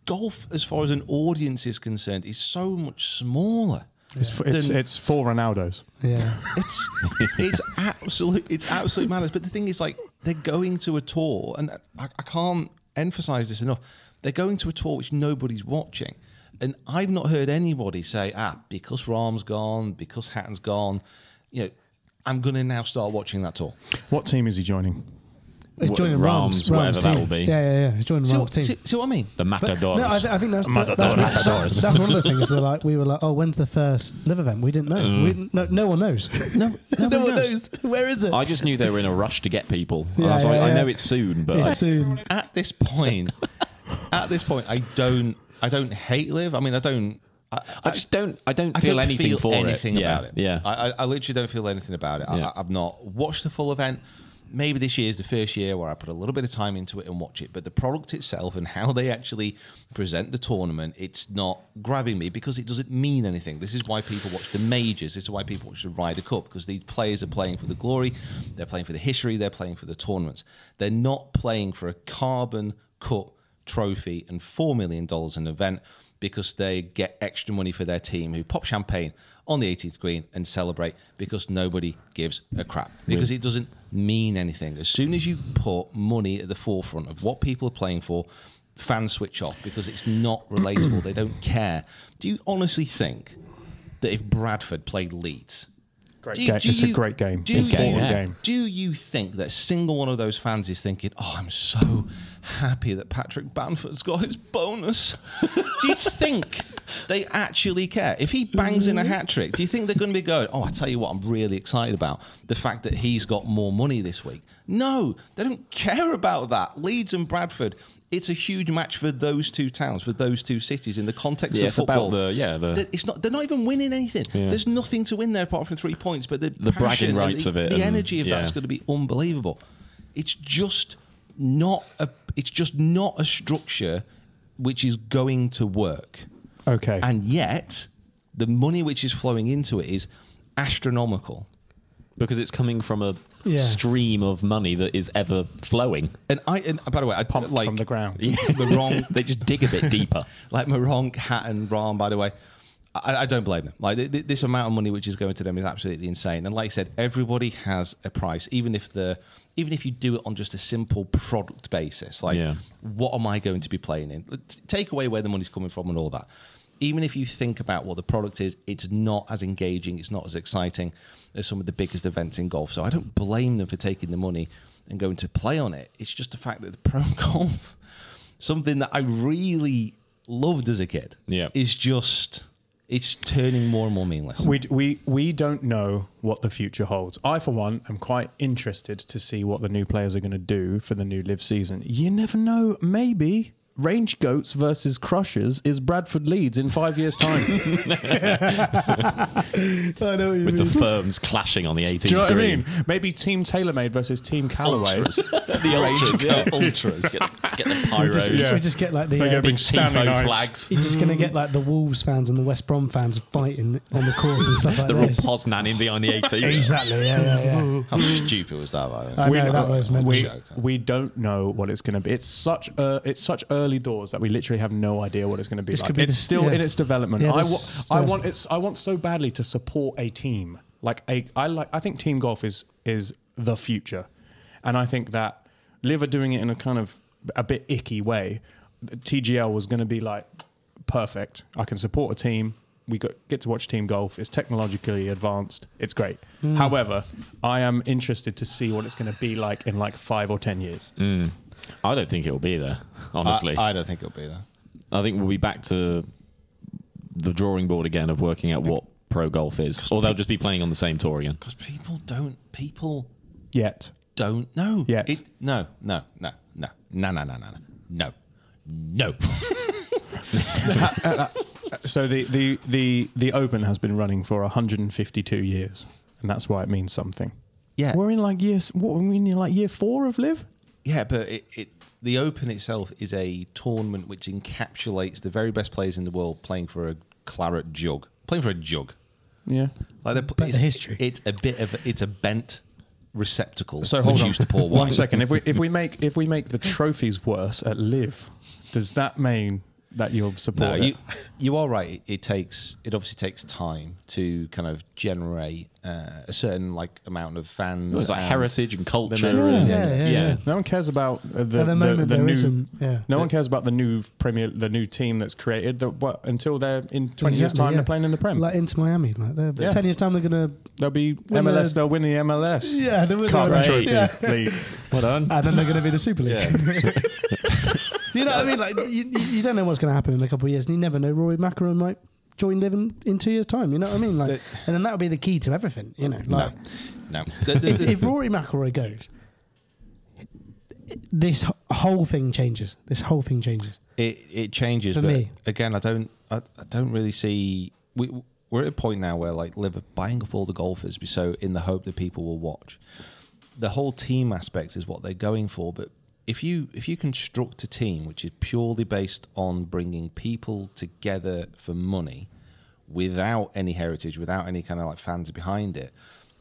Golf, as far as an audience is concerned, is so much smaller. It's, it's, Then- it's four Ronaldos. Yeah, It's it's absolute it's absolute madness. But the thing is, like, they're going to a tour, and I, I can't emphasize this enough. They're going to a tour which nobody's watching, and I've not heard anybody say, "Ah, because Rahm's gone, because Hatton's gone, you know, I'm going to now start watching that tour." What team is he joining? he's Wh- joining Rams, Rams, whatever team. that will be. Yeah, yeah, yeah. He's joining See, Rams what- team. see, see what I mean? The But- Matadors. No, I, th- I think that's, the, Matadors. that's, that's, that's one of the things that like we were like, oh, when's the first live event? We didn't know. Mm. We, no, no one knows. No, nobody one knows. knows. Where is it? I just knew they were in a rush to get people. And Yeah, I was like, yeah, I yeah. know it's soon, but It's soon. at this point, at this point, I don't, I don't hate live. I mean, I don't. I, I, I just don't. I don't feel anything feel for anything it. about yeah, it. Yeah. I, I, I literally don't feel anything about it. Yeah. I, I've not watched the full event. Maybe this year is the first year where I put a little bit of time into it and watch it. But the product itself and how they actually present the tournament, it's not grabbing me because it doesn't mean anything. This is why people watch the majors. This is why people watch the Ryder Cup because these players are playing for the glory, they're playing for the history, they're playing for the tournaments. They're not playing for a carbon cut trophy and $4 million an event because they get extra money for their team who pop champagne on the 18th green and celebrate because nobody gives a crap because it doesn't mean anything as soon as you put money at the forefront of what people are playing for fans switch off because it's not relatable they don't care do you honestly think that if bradford played leeds Great Do you- game. do it's you- a great game. Do you, Important yeah. game. do you think that single one of those fans is thinking, "Oh, I'm so happy that Patrick Bamford's got his bonus"? do you think they actually care if he bangs Mm-hmm. in a hat trick? Do you think they're going to be going, "Oh, I tell you what, I'm really excited about the fact that he's got more money this week"? No, they don't care about that. Leeds and Bradford. It's a huge match for those two towns, for those two cities in the context Yeah, of it's football. about the- yeah, the- That it's not. They're not even winning anything. Yeah. There's nothing to win there apart from three points. But the, The bragging passion and rights the, of it the and- energy of that's yeah. going to be unbelievable. It's just not a. It's just not a structure which is going to work. Okay. And yet, the money which is flowing into it is astronomical. because it's coming from a Yeah. stream of money that is ever flowing. And I. And by the way, I Pumped like from the ground. The wrong They just dig a bit deeper. like Moronk, Hatton, Rahm, by the way. I, I don't blame them. Like th- th- this amount of money which is going to them is absolutely insane. And like I said, everybody has a price, even if the even if you do it on just a simple product basis. Like, Yeah. what am I going to be playing in? T- Take away where the money's coming from and all that. Even if you think about what the product is, it's not as engaging, it's not as exciting as some of the biggest events in golf. So I don't blame them for taking the money and going to play on it. It's just the fact that the pro golf something that I really loved as a kid Yeah. is just it's turning more and more meaningless. We, we, we don't know what the future holds. I, for one, am quite interested to see what the new players are going to do for the new live season. You never know. Maybe Range Goats versus Crushers is Bradford Leeds in five years' time. I know what you With the mean. firms clashing on the 18th do you know what I green. mean? Maybe Team TaylorMade versus Team Callaway. the ultras, yeah. ultras. Get the, get the pyros. Just- We just get like the. They're uh, gonna bring Big Stanley Tifo knives. flags. You're just going to get like the Wolves fans and the West Brom fans fighting on the course and stuff like They're all this. Poznan in behind the 18th. Exactly. Yeah, yeah, yeah. How stupid was that? By the way? I know that was meant. we, to- we don't know what it's going to be. It's such uh, it's such early doors that we literally have no idea what it's going to be This like. could be it's the- still yeah. in its development. Yeah, I, wa- this- I yeah. want it's I want so badly to support a team. Like a I like I think team golf is is the future, and I think that Liv are doing it in a kind of a bit icky way. TGL was going to be like perfect. I can support a team. We got, get to watch team golf. It's technologically advanced. It's great. Hmm. However, I am interested to see what it's going to be like in like five or ten years. Mm. I don't think it'll be there, honestly. I, I, I don't think it'll be there. think we'll be back to the drawing board again of working out what pro golf is. Or they'll just be playing on the same tour again. Because people don't people Yet, don't know. Yet. It, no, no, no, no, no, no, no, no, no, no. so the the the the Open has been running for 152 years, and that's why it means something. Yeah. we're in like years. What we're in like year four of Live. yeah, but it, it the Open itself is a tournament which encapsulates the very best players in the world playing for a claret jug, playing for a jug. Yeah. Like they're, the history. It's a bit of it's a bent receptacle. So hold which on. Used to pour wine. One second. If we if we make if we make the trophies worse at Live, does that mean that you'll support No, it? you, you are right. It, it takes it obviously takes time to kind of generate uh, a certain like amount of fans. It's like and- heritage and culture. Yeah, and- yeah, yeah, yeah. No one cares about uh, the At the the, moment, the there new. isn't, yeah. No one cares about the new premier, the new team that's created. The, what until they're in twenty years Exactly, time, yeah. they're playing in the Prem. Like into Miami. Like they're Yeah. ten years time they're gonna. they'll be when MLS. the- they'll win the MLS. Yeah, they're Cup gonna, trophy yeah. league. Well done. and then they're gonna be the Super League. Yeah. You know what I mean? Like you, you you don't know what's going to happen in a couple of years, and you never know. Rory Macaron might join Live in, in two years' time. You know what I mean? Like, The- and then that would be the key to everything. You know, like no, no. The- the- if, the- if Rory McIlroy goes, this wh- whole thing changes. This whole thing changes. it it changes. For but me. again, I don't I, I don't really see we. We're at a point now where like Liverpool buying up all the golfers, be so in the hope that people will watch. The whole team aspect is what they're going for, but if you if you construct a team which is purely based on bringing people together for money, without any heritage, without any kind of like fans behind it,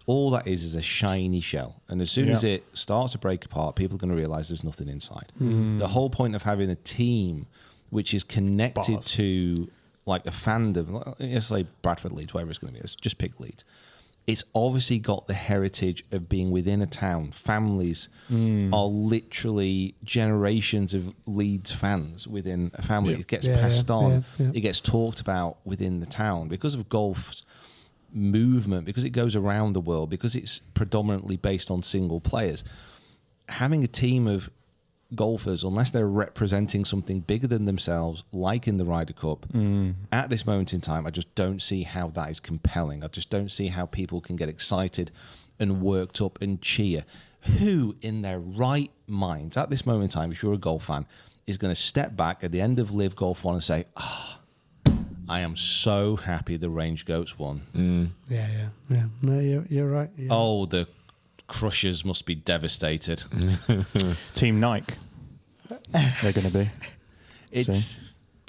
all that is is a shiny shell. And as soon as Yeah. it starts to break apart, people are going to realize there's nothing inside. The whole point of having a team which is connected Bars. to like a fandom, like, let's say Bradford Leeds, whatever it's going to be, it's just pick Leeds. It's obviously got the heritage of being within a town. Families are literally generations of Leeds fans within a family. It gets Yeah, passed yeah, on. yeah, yeah. It gets talked about within the town because of golf's movement, because it goes around the world, because it's predominantly based on single players, having a team of golfers, unless they're representing something bigger than themselves, like in the Ryder Cup, Mm. at this moment in time, I just don't see how that is compelling. I just don't see how people can get excited and worked up and cheer. Who in their right minds at this moment in time, if you're a golf fan, is going to step back at the end of Live Golf One and say, ah, I am so happy the Range Goats won. Mm. Yeah, yeah, yeah. No, you're, you're right. Yeah. Oh, the Crushers must be devastated. Team Nike. They're going to be It's.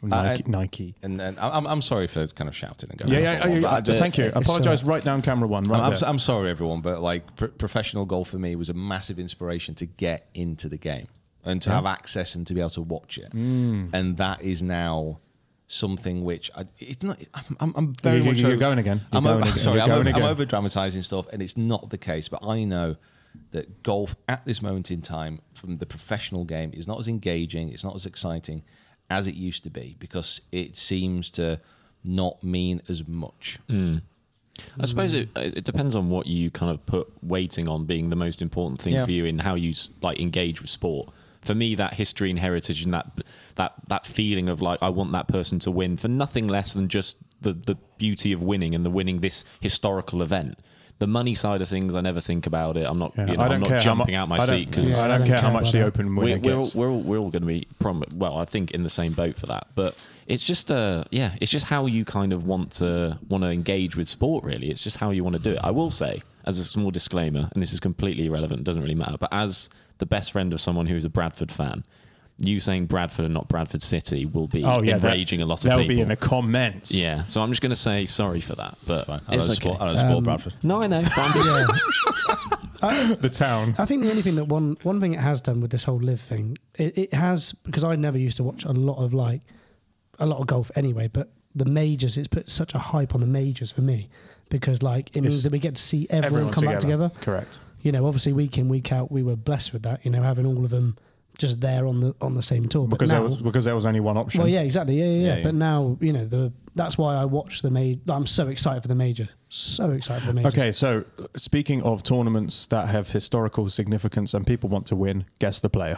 Nike. I- Nike. And then I- I'm, I'm sorry for kind of shouting and going. Yeah, on yeah. for long, yeah, but I yeah, just- uh, thank you. uh, it's Apologise. Right down camera one. Right I'm, there. I'm, I'm sorry, everyone, but like pr- professional golf for me was a massive inspiration to get into the game and to have access and to be able to watch it. Mm. And that is now something which I, it's not. I'm, I'm- I'm very You- you- much you're over- going again. You're I'm going over, again. sorry, You're I'm, going over, I'm again. over dramatizing stuff, and it's not the case. But I know that golf at this moment in time, from the professional game, is not as engaging. It's not as exciting as it used to be because it seems to not mean as much. Mm. I suppose it, it depends on what you kind of put weighting on being the most important thing Yeah. for you in how you s- like engage with sport. For me, that history and heritage and that that that feeling of like I want that person to win for nothing less than just the the beauty of winning and the winning this historical event. The money side of things, I never think about it. I'm not, Yeah, you know, I I'm don't not care how jumping mu- out my I don't- seat because yeah, I don't care how much about the that. open we're, winner we're, all, gets. we're all we're all going to be prom- well i think in the same boat for that but it's just uh yeah it's just how you kind of want to want to engage with sport really it's just how you want to do it i will say as a small disclaimer and this is completely irrelevant doesn't really matter but as the best friend of someone who is a bradford fan you saying bradford and not bradford city will be oh yeah, that- enraging a lot of That'll people be in the comments. yeah so i'm just going to say sorry for that but It's fine. I don't it's okay. Um, support, I don't support Bradford. no i know but I'm just- the town. I think the only thing that one one thing it has done with this whole live thing, it, it has because I never used to watch a lot of like a lot of golf anyway, but the majors, it's put such a hype on the majors for me because like it means It's that we get to see everyone, come back together. Correct. You know, obviously week in week out, we were blessed with that. You know, having all of them just there on the on the same tour. But Because now, there was because there was only one option. well, yeah, exactly, yeah, yeah, yeah. Yeah, yeah. But now you know the that's why I watch the major. I'm so excited for the major, so excited for the major. Okay, so uh, speaking of tournaments that have historical significance and people want to win, guess the player.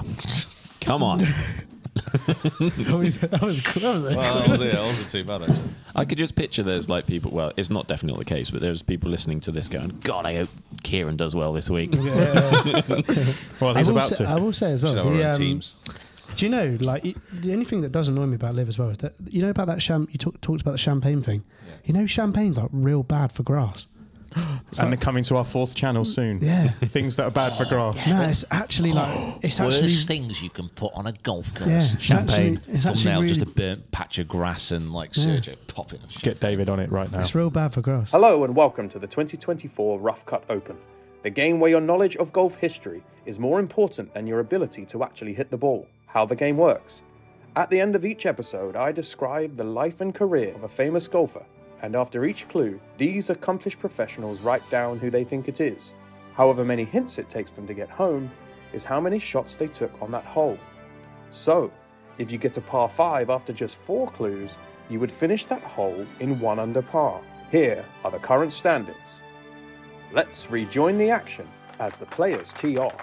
come on that was that was, that was a- Well, that was it. That wasn't too bad, actually. I could just picture there's like people. Well, it's not definitely the case, but there's people listening to this going, "God, I hope Kieran does well this week." Well, I he's will about say, I to. will say as well. Should have our the, own um, teams. Do you know, like, y- the only thing that does annoy me about live as well is that you know about that champ. You talk, talked about the champagne thing. You know, champagne's like real bad for grass. And they're coming to our fourth channel soon. Yeah. Things that are bad for grass. No, it's actually like it's actually Worst things you can put on a golf course. yeah, it's Champagne. Actually, it's actually Thumbnail, really, just a burnt patch of grass and like Sergio popping. a shit. Get David on it right now. it's real bad for grass. Hello and welcome to the 2024 Rough Cut Open, the game where your knowledge of golf history is more important than your ability to actually hit the ball. How the game works. At the end of each episode, I describe the life and career of a famous golfer, and after each clue, these accomplished professionals write down who they think it is. However many hints it takes them to get home is how many shots they took on that hole. So, if you get a par 5 after just 4 clues, you would finish that hole in 1 under par. Here are the current standings. Let's rejoin the action as the players tee off.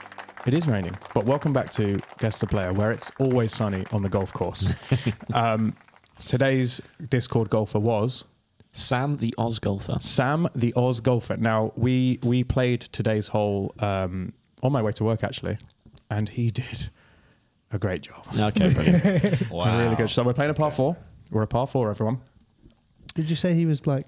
It is raining, but welcome back to Guess the Player, where it's always sunny on the golf course. um, today's Discord golfer was Sam, the Oz golfer. Sam, the Oz golfer. Now we we played today's hole um, on my way to work actually, and he did a great job. Okay, brilliant. Wow. Really good. So we're playing a par four. We're a par four, everyone. Did you say he was like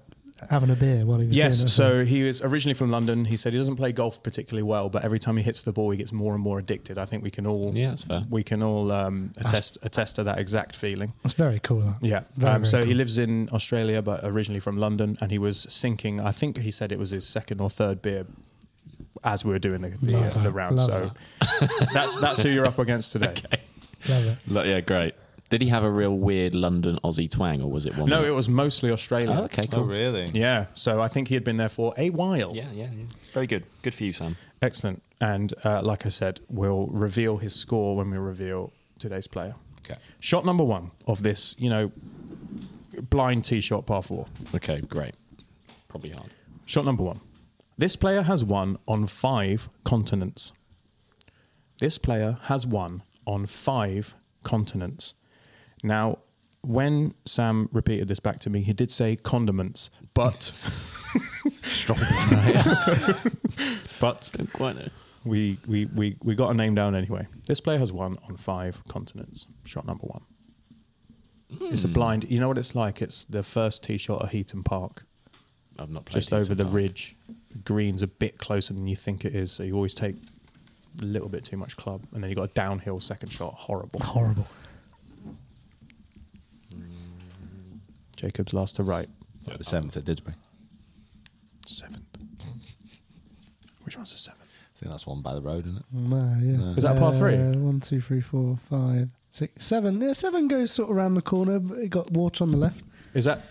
having a beer while he was doing Yes. it? So he was originally from London. He said he doesn't play golf particularly well, but every time he hits the ball, he gets more and more addicted. I think we can all Yeah, that's fair. we can all um, attest attest to that exact feeling. that's very cool. That. Yeah. Very, um, very so he cool. lives in Australia, but originally from London, and he was sinking. I think he said it was his second or third beer as we were doing the the, Love uh, the that, round. love so that's that's who you're up against today. Love it. Look, yeah, great. Did he have a real weird London Aussie twang, or was it one? No, that- it was mostly Australia. Oh, okay, Oh, cool. really? Yeah. So I think he had been there for a while. Yeah, yeah, yeah. Very good. Good for you, Sam. Excellent. And uh, like I said, we'll reveal his score when we reveal today's player. Okay. Shot number one of this, you know, blind tee shot par four. Okay, great. Probably hard. Shot number one. This player has won on five continents. This player has won on five continents. Now, when Sam repeated this back to me, he did say condiments, but strong. but Don't quite know. we, we, we, we got a name down anyway. This player has won on five continents. Shot number one. Hmm. It's a blind. You know what it's like? It's the first tee shot at Heaton Park, I've not played just over Heaton the Park. ridge. The green's a bit closer than you think it is, so you always take a little bit too much club, and then you got a downhill second shot. Horrible. Horrible. Jacob's last to right, Like the seventh at Didsbury. seventh. Which one's the seventh? I think that's one by the road, isn't it? No, Oh, yeah. Is that a par three? Uh, one, two, three, four, five, six, seven. Yeah, seven goes sort of around the corner. But it got water on the left. Is that?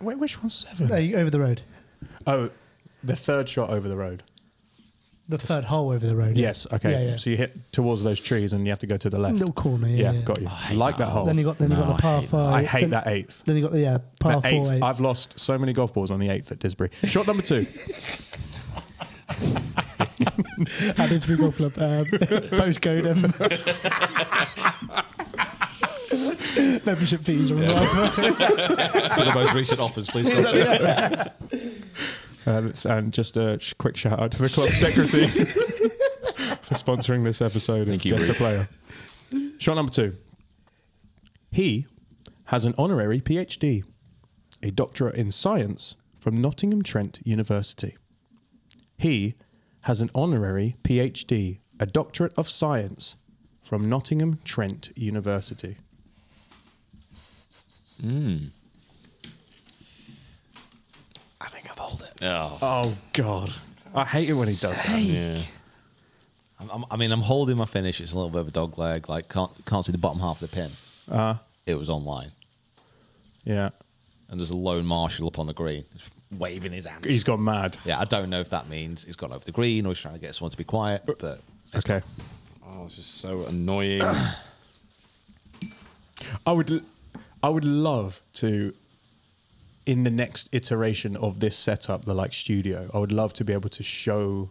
Wait, which one's seven? There you- over the road. Oh, the third shot over the road. The third hole over the road. Oh, yeah. Yes. Okay. Yeah, yeah. So you hit towards those trees, and you have to go to the left. Little corner, yeah, yeah. got you. hate like that that hole. Then you got then you No, got the I par hate that. five. Oh, I hate then, that eighth. Then you got the yeah par the 4 eighth. eight. I've lost so many golf balls on the eighth at Disbury. Shot number two. I did speak golf club. Um, postcode um, membership fees are For the most recent offers, please contact. Um, it's- and just a sh- quick shout out to the club secretary for sponsoring this episode of Thank you, Guess the Ruth. Player. Shot number two. He has an honorary PhD, a doctorate in science from Nottingham Trent University. He has an honorary PhD, a doctorate of science from Nottingham Trent University. Hmm. I think I've hold it. Oh, Oh God, I hate it when he does that. yeah. I'm, I'm, I mean, I'm holding my finish. It's a little bit of a dog leg. Like can't can't see the bottom half of the pin. Uh, it was online, Uh-huh. Yeah, and there's a lone marshal up on the green, just waving his hands. he's gone mad. yeah, I don't know if that means he's gone over the green or he's trying to get someone to be quiet. But Okay, Oh, this is so annoying. I would, l- I would love to, in the next iteration of this setup, the like studio, I would love to be able to show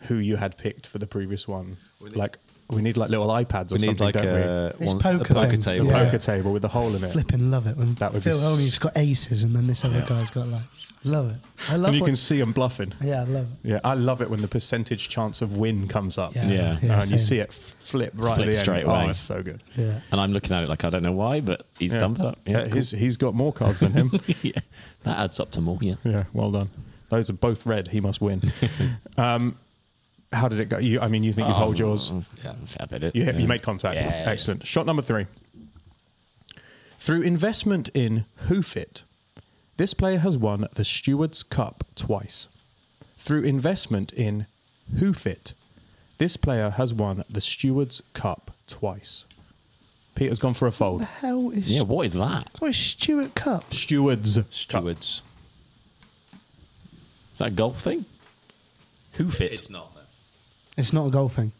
who you had picked for the previous one. like we need like little iPads or we need something, like don't we? a, This one, poker a poker thing. table. a Yeah. poker table with a hole in it, flipping love it when That would be Phil s- Only's got aces and then this other guy's got like love it. I love and you what- can see him bluffing. yeah, I love it. Yeah, I love it when the percentage chance of win comes up. Yeah, Yeah. Oh, yeah, and you same. see it flip right at Flip the end. straight Oh, away. it's so good. Yeah. and I'm looking at it like I don't know why, but he's done that. Yeah, Yeah, cool. he's, he's got more cards than him. yeah, that adds up to more. Yeah, yeah, well done. Those are both red. He must win. um, how did it go? You, I mean, you think you've hold yours? Oh, mm, Yeah, I've hit it. You, hit- Yeah. you made contact. Yeah. Excellent. Shot number three. Through investment in Hoof It, this player has won the Stewards Cup twice. Through investment in Hoof It, this player has won the Stewards Cup twice. Peter's gone for a fold. How is Yeah, what is that? what is Stuart Cup? Stewards. Stewards. Is that a golf thing? Hoof it. It's not. It's not a golf thing.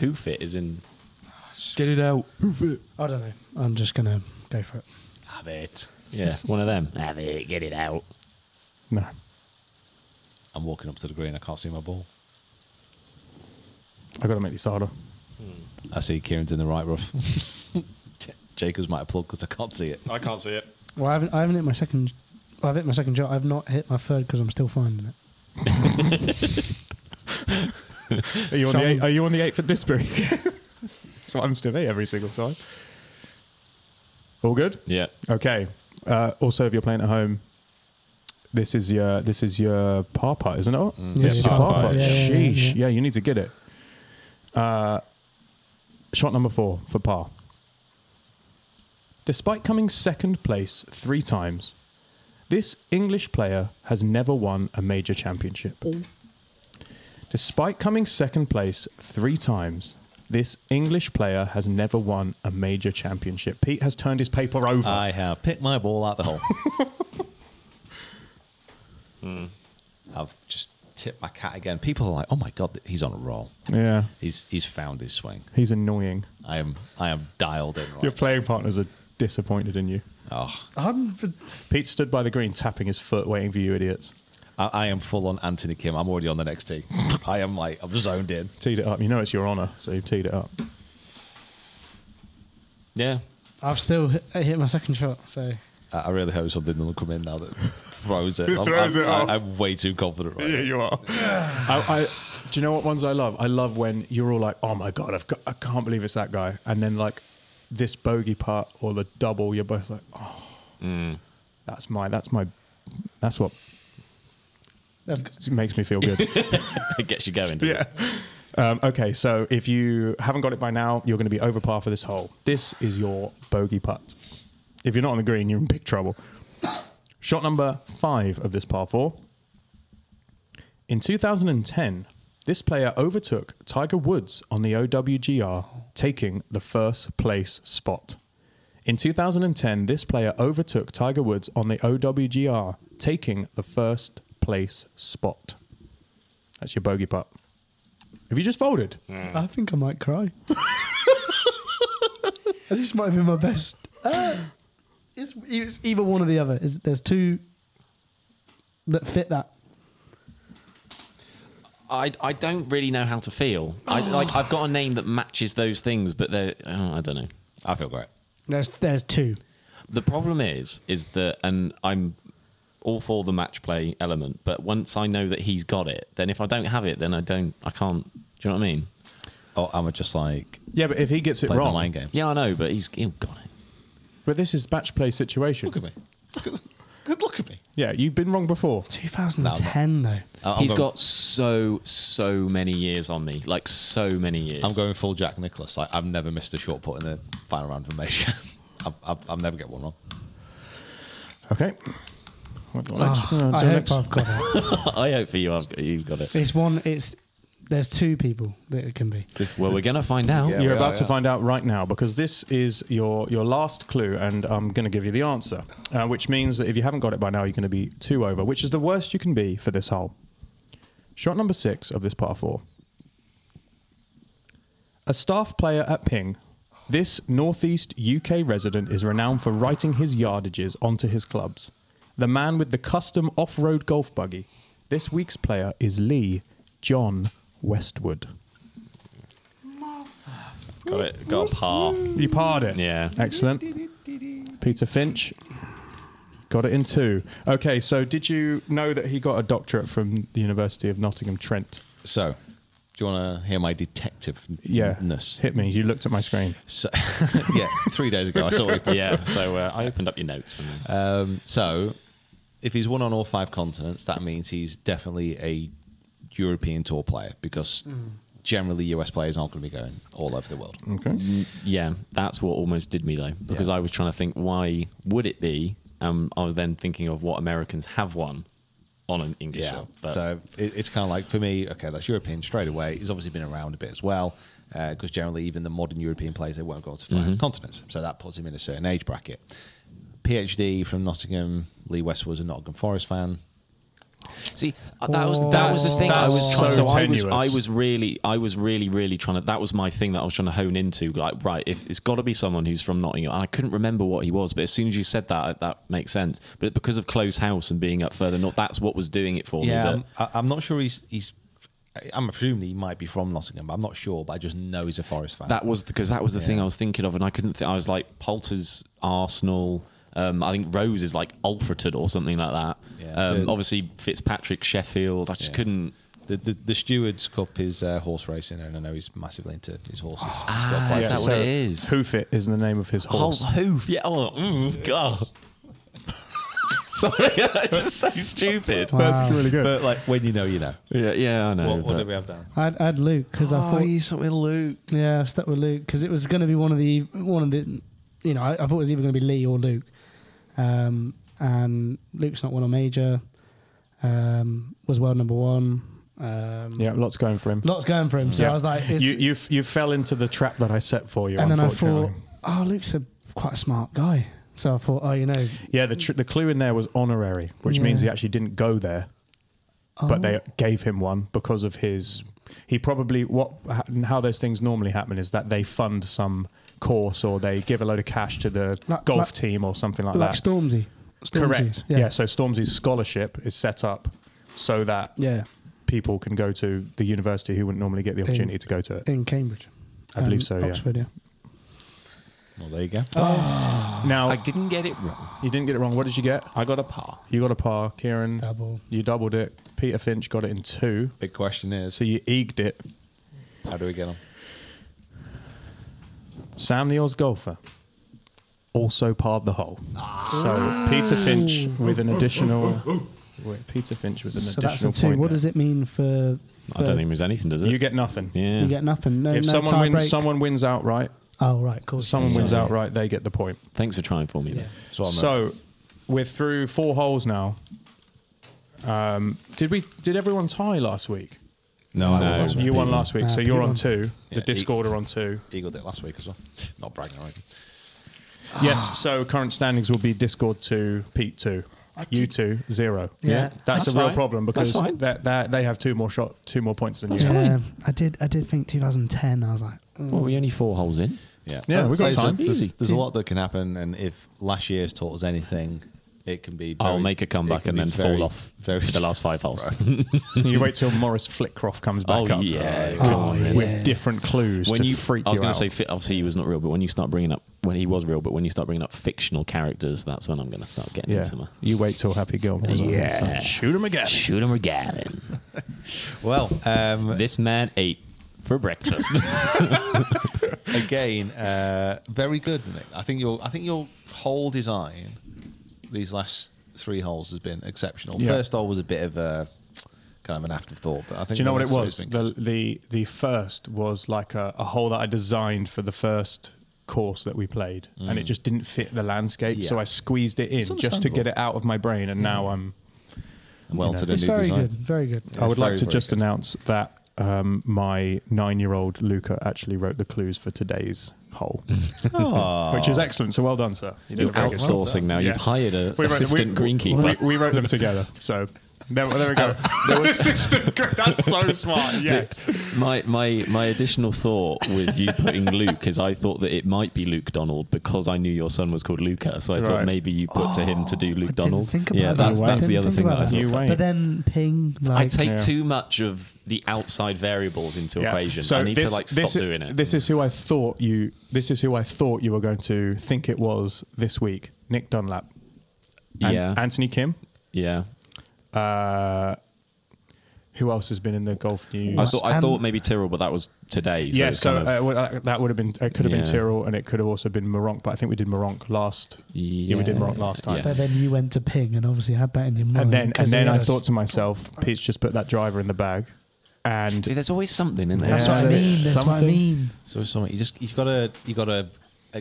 Hoof it is in Get it out. Hoof It. I don't know. I'm just gonna go for it. have it. Yeah, one of them. Have it. Get it out. No. I'm walking up to the green. I can't see my ball. I've got to make this harder. Hmm. I see Kieran's in the right rough. J- Jacobs might have plugged because I can't see it. I can't see it. Well, I haven't. I haven't hit my second. well, I've hit my second shot. I've not hit my third because I'm still finding it. Are you on the Shall eight, we- Are you on the eight for Disbury? so I'm still there every single time. All good. Yeah. Okay. Uh, also, if you're playing at home, this is your this is your par putt, isn't it? Mm. Yeah, This is your par par putt. putt. Yeah, yeah, yeah, Sheesh. Yeah, yeah. you need to get it. Uh, shot number four for par. Despite coming second place three times, this English player has never won a major championship. Despite coming second place three times, this English player has never won a major championship. Pete has turned his paper over. I have picked my ball out the hole. Hmm. I've just tipped my cat again. People are like, "Oh my god, he's on a roll. yeah, He's he's found his swing. he's annoying. I am I am dialed in." Right. Your playing partners are disappointed in you. Oh, Pete stood by the green, tapping his foot, waiting for you idiots. I, I am full on Anthony Kim. I'm already on the next tee. I am like, I'm zoned in. Teed it up. You know it's your honour, so you teed it up. Yeah. I've still hit, I hit my second shot, so I, I really hope something will come in now that throws it. I'm, Throws I'm- it I- off. I'm way too confident right now. you are. I, I, do you know what ones I love? I love when you're all like, "Oh my god, I've got, I can't believe it's that guy," and then like this bogey part or the double, you're both like, "Oh, Mm. that's my, that's my, that's what makes me feel good." It gets you going. doesn't it? yeah. Um, okay, so if you haven't got it by now, you're going to be over par for this hole. This is your bogey putt. If you're not on the green, you're in big trouble. Shot number five of this par four. In 2010, this player overtook Tiger Woods on the OWGR, taking the first place spot. In 2010, this player overtook Tiger Woods on the OWGR, taking the first place spot. That's your bogey putt. Have you just folded? I think I might cry. this might have been my best. Uh, it's, it's either one or the other. It's, there's two that fit that. I, I don't really know how to feel. I like I've got a name that matches those things, but they oh, I don't know. I feel great. There's there's two. The problem is, is that, and I'm all for the match play element, but once I know that he's got it, then if I don't have it, then I don't, I can't. Do you know what I mean? Oh, I'm just like Yeah, but if he gets it playing the wrong, mind game. Yeah, I know, but he's he'll got it. but this is match play situation. Look at me. Look at, good look at me. Yeah, you've been wrong before. 2010 though. I- I'm He's going- got so so many years on me, like so many years. I'm going full Jack Nicholas. Like I've never missed a short put in the final round for Measure. I've, I've, I've never get one wrong. Okay. What- what next? Oh, Uh, I so hope next- I've got it. I hope for you, I've got, you've got it. It's one. It's there's two people that it can be. Well, we're gonna find out. Yeah. You're we about are, to yeah. find out right now because this is your your last clue, and I'm going to give you the answer, uh, which means that if you haven't got it by now, you're going to be two over, which is the worst you can be for this hole. Shot number six of this par four. A staff player at Ping, this northeast UK resident is renowned for writing his yardages onto his clubs. The man with the custom off-road golf buggy. This week's player is Lee John Westwood. Got it. Got a par. You parred it. Yeah. Excellent. Peter Finch got it in two. Okay, so did you know that he got a doctorate from the University of Nottingham Trent? So, do you want to hear my detective? Yeah. Ness. Hit me. You looked at my screen. So, yeah, three days ago I saw it. Yeah. So uh, I opened up your notes. And then- Um, so, if he's won on all five continents, that means he's definitely a European tour player because generally US players aren't going to be going all over the world. Mm, Yeah, that's what almost did me though, because I was trying to think why would it be? Um, I was then thinking of what Americans have won on an English Yeah. show. But So it, it's kind of like for me, okay, that's European straight away. He's obviously been around a bit as well, because generally even the modern European players they won't go on to 5 Mm-hmm. continents, so that puts him in a certain age bracket. PhD from Nottingham, Lee Westwood's a Nottingham Forest fan. see, uh, that was that was the thing I Oh, that's was trying. so So, I was tenuous. I was really I was really really trying to. That was my thing that I was trying to hone into. Like, right, if it's got to be someone who's from Nottingham, and I couldn't remember what he was, but as soon as you said that, that makes sense. But because of close house and being up further north, that's what was doing it for Yeah, me. um, I'm, That, I- I'm not sure he's he's. I'm assuming he might be from Nottingham, but I'm not sure. But I just know he's a Forest fan. That was because that was the thing I was thinking of, and I couldn't. think I was like Poulter's Arsenal. Um, I think Rose is like Alfreton or something like that. Yeah. um, The- obviously Fitzpatrick Sheffield. I just Yeah. couldn't. the, the the Stewards Cup is uh, horse racing, and I know he's massively into his horses. He's got Ah, is quite a- that what it is? Hoof It is the name of his horse. Oh, hoof. Yeah. Oh, mm, God. Sorry, that's just so stupid. That's really good. But like when you know, you know. Yeah, yeah, I know. What, what but- did we have down? I'd, I'd Luke because I thought something Luke. Yeah, I stuck with Luke because it was going to be one of the one of the, you know, I, I thought it was either going to be Lee or Luke, um, and Luke's not one on major, um, was world number one. Um, yeah, lots going for him. lots going for him. So Yeah. I was like, it's, you, you f- you fell into the trap that I set for you. and then I unfortunately. thought, oh, Luke's a quite a smart guy. So I thought, oh, you know, yeah, the tr- the clue in there was honorary, which Yeah. Oh. means he actually didn't go there, but they gave him one because of his. He probably what how those things normally happen is that they fund some course or they give a load of cash to the Like- golf like- team or something like, Like that. Stormzy. Stormzy, Correct. Yeah. Yeah. So Stormzy's scholarship is set up so that Yeah. people can go to the university who wouldn't normally get the opportunity to go to it. In Cambridge. Um, I believe so, yeah. Oxford, yeah. Well, there you go. Now Oh. I didn't get it wrong. you didn't get it wrong. What did you get? I got a par. You got a par, Kieran. Double. You doubled it. Peter Finch got it in two. Big question is, So you egged it. how do we get on? Sam Neill's golfer also parred the hole. Ah. So Peter Finch with an additional. Wait, Peter Finch with an So that's a additional two. point. What there. does it mean for. I don't think it means anything, does it? You get nothing. yeah. You get nothing. No, If no someone tie wins, break. someone wins outright. Oh, right, cool. Someone wins outright. They get the point. Thanks for trying for me. though. what I'm So we're through four holes now. Um, did we? Did everyone tie last week? No, No. Uh, I last week. You won last week, Nah, so but you're you on won. two. Yeah, the Discord are on two. Eagle did last week as well. Not bragging or anything. Ah. Yes. So current standings will be Discord two, Pete two, you two zero. Yeah. That's, That's a real fine. problem because That's fine. that that they have two more shot, two more points than you. Yeah, I did. I did think 2010. I was like, Well, we only four holes in. Yeah, Yeah, we've got There's a- time. There's, Easy. there's a lot that can happen, and if last year's taught us anything, it can be. I'll very- make a it comeback can and be then very- fall off Very the last five holes. you wait till Morris Flitcroft comes back Oh, up yeah, with, come on, with yeah. different clues when to you freak I was you going out. to say fi- obviously he was not real, but when you start bringing up when he was real, but when you start bringing up fictional characters, that's when I'm going to start getting yeah, into my you wait till Happy Gilmore's on. Yeah. So shoot him again. shoot him again. Well, um, this man ate for breakfast. again, uh, very good, Nick. I think your I think your whole design these last three holes has been exceptional. Yeah. First hole was a bit of a kind of an afterthought, but I think Do you know the what it rest of it's was? been The the the first was like a, a hole that I designed for the first course that we played, and it just didn't fit the landscape, so Mm. Yeah. I squeezed it in just to understandable. get it out of my brain, and now I'm. well to the it's new very design. good. Very good. I would like very, to very just good. announce that um, my nine-year-old Luca actually wrote the clues for today's hole, which is excellent. So well done, sir. You did You're a very good job. outsourcing now. You've hired a We wrote- we- assistant greenkeeper. We, we wrote them together, so there, there we Um, go. assistant green. That's so smart. Yes. my my my additional thought with you putting Luke is I thought that it might be Luke Donald because I knew your son was called Luca, so I thought Right. maybe you put to him to do Luke Oh, I didn't Donald. think about yeah, that. that's You that's went. the other thing Didn't think that I about thought. You about. went. But then ping, I like, take Yeah. too much of the outside variables into equation. I need to like stop this, doing it. This is who I thought you. This is who I thought you were going to think it was this week. Nick Dunlap. An- yeah, Anthony Kim. yeah. Uh, who else has been in the golf news? I thought I Um, thought maybe Tyrrell, but that was today. So yeah, it's so kind uh, of- well, uh, that would have been it. Could have been Yeah. Tyrrell, and it could have also been Moronk. But I think we did Moronk last. Yeah, we did Yeah. Moronk last time. Yeah. but then you went to ping, and obviously had that in your mind. And then and 'cause then it I was- thought to myself, Pete's just put that driver in the bag, and see, there's always something in there. That's what I Yeah. mean. There's That's what I something. mean. So it's something you just you've got to you got to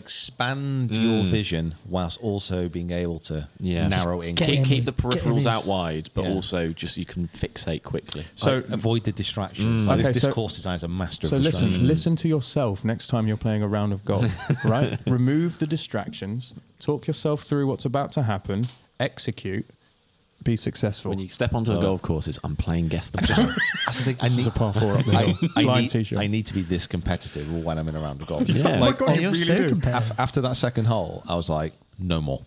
expand Mm. your vision whilst also being able to Yeah. narrow in. get Keep, in, keep the get in peripherals it. out wide, but Yeah. also just you can fixate quickly. So avoid the distractions. Like, Mm. Okay, this, this so- course design is a master. So of listen, distractions. listen to yourself next time you're playing a round of golf, right? Remove the distractions, talk yourself through what's about to happen, execute, be successful. When you step Oh. onto the golf courses, I'm playing guess the ball. That's the thing. Oh. I this is need- a par four up the I, hill. I, Blind need, t-shirt. I need to be this competitive when I'm in a round of golf. Yeah. Oh my Like, Oh, you're so competitive. af- after that second hole, I was like, no more.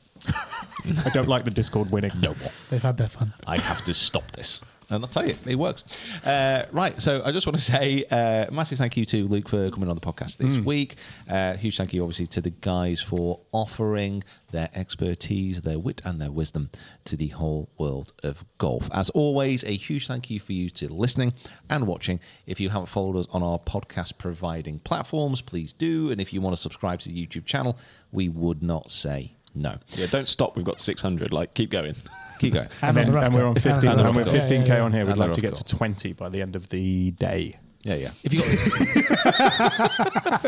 I don't like the Discord winning. No more. They've had their fun. I have to stop this. And I'll tell you, it works. Uh, right. So I just want to say uh, massive thank you to Luke for coming on the podcast Mm. this week. Uh, huge thank you, obviously, to the guys for offering their expertise, their wit, and their wisdom to the whole world of golf. As always, a huge thank you for you to listening and watching. If you haven't followed us on our podcast providing platforms, please do. And if you want to subscribe to the YouTube channel, we would not say no. yeah, don't stop. We've got 600. Like, keep going. Keep going. And, on the then- rough and we're golf. on 15, And on the and we're rough golf. 15k on here. We'd And like the to rough get to 20 by the end of the day. Yeah, yeah. If you got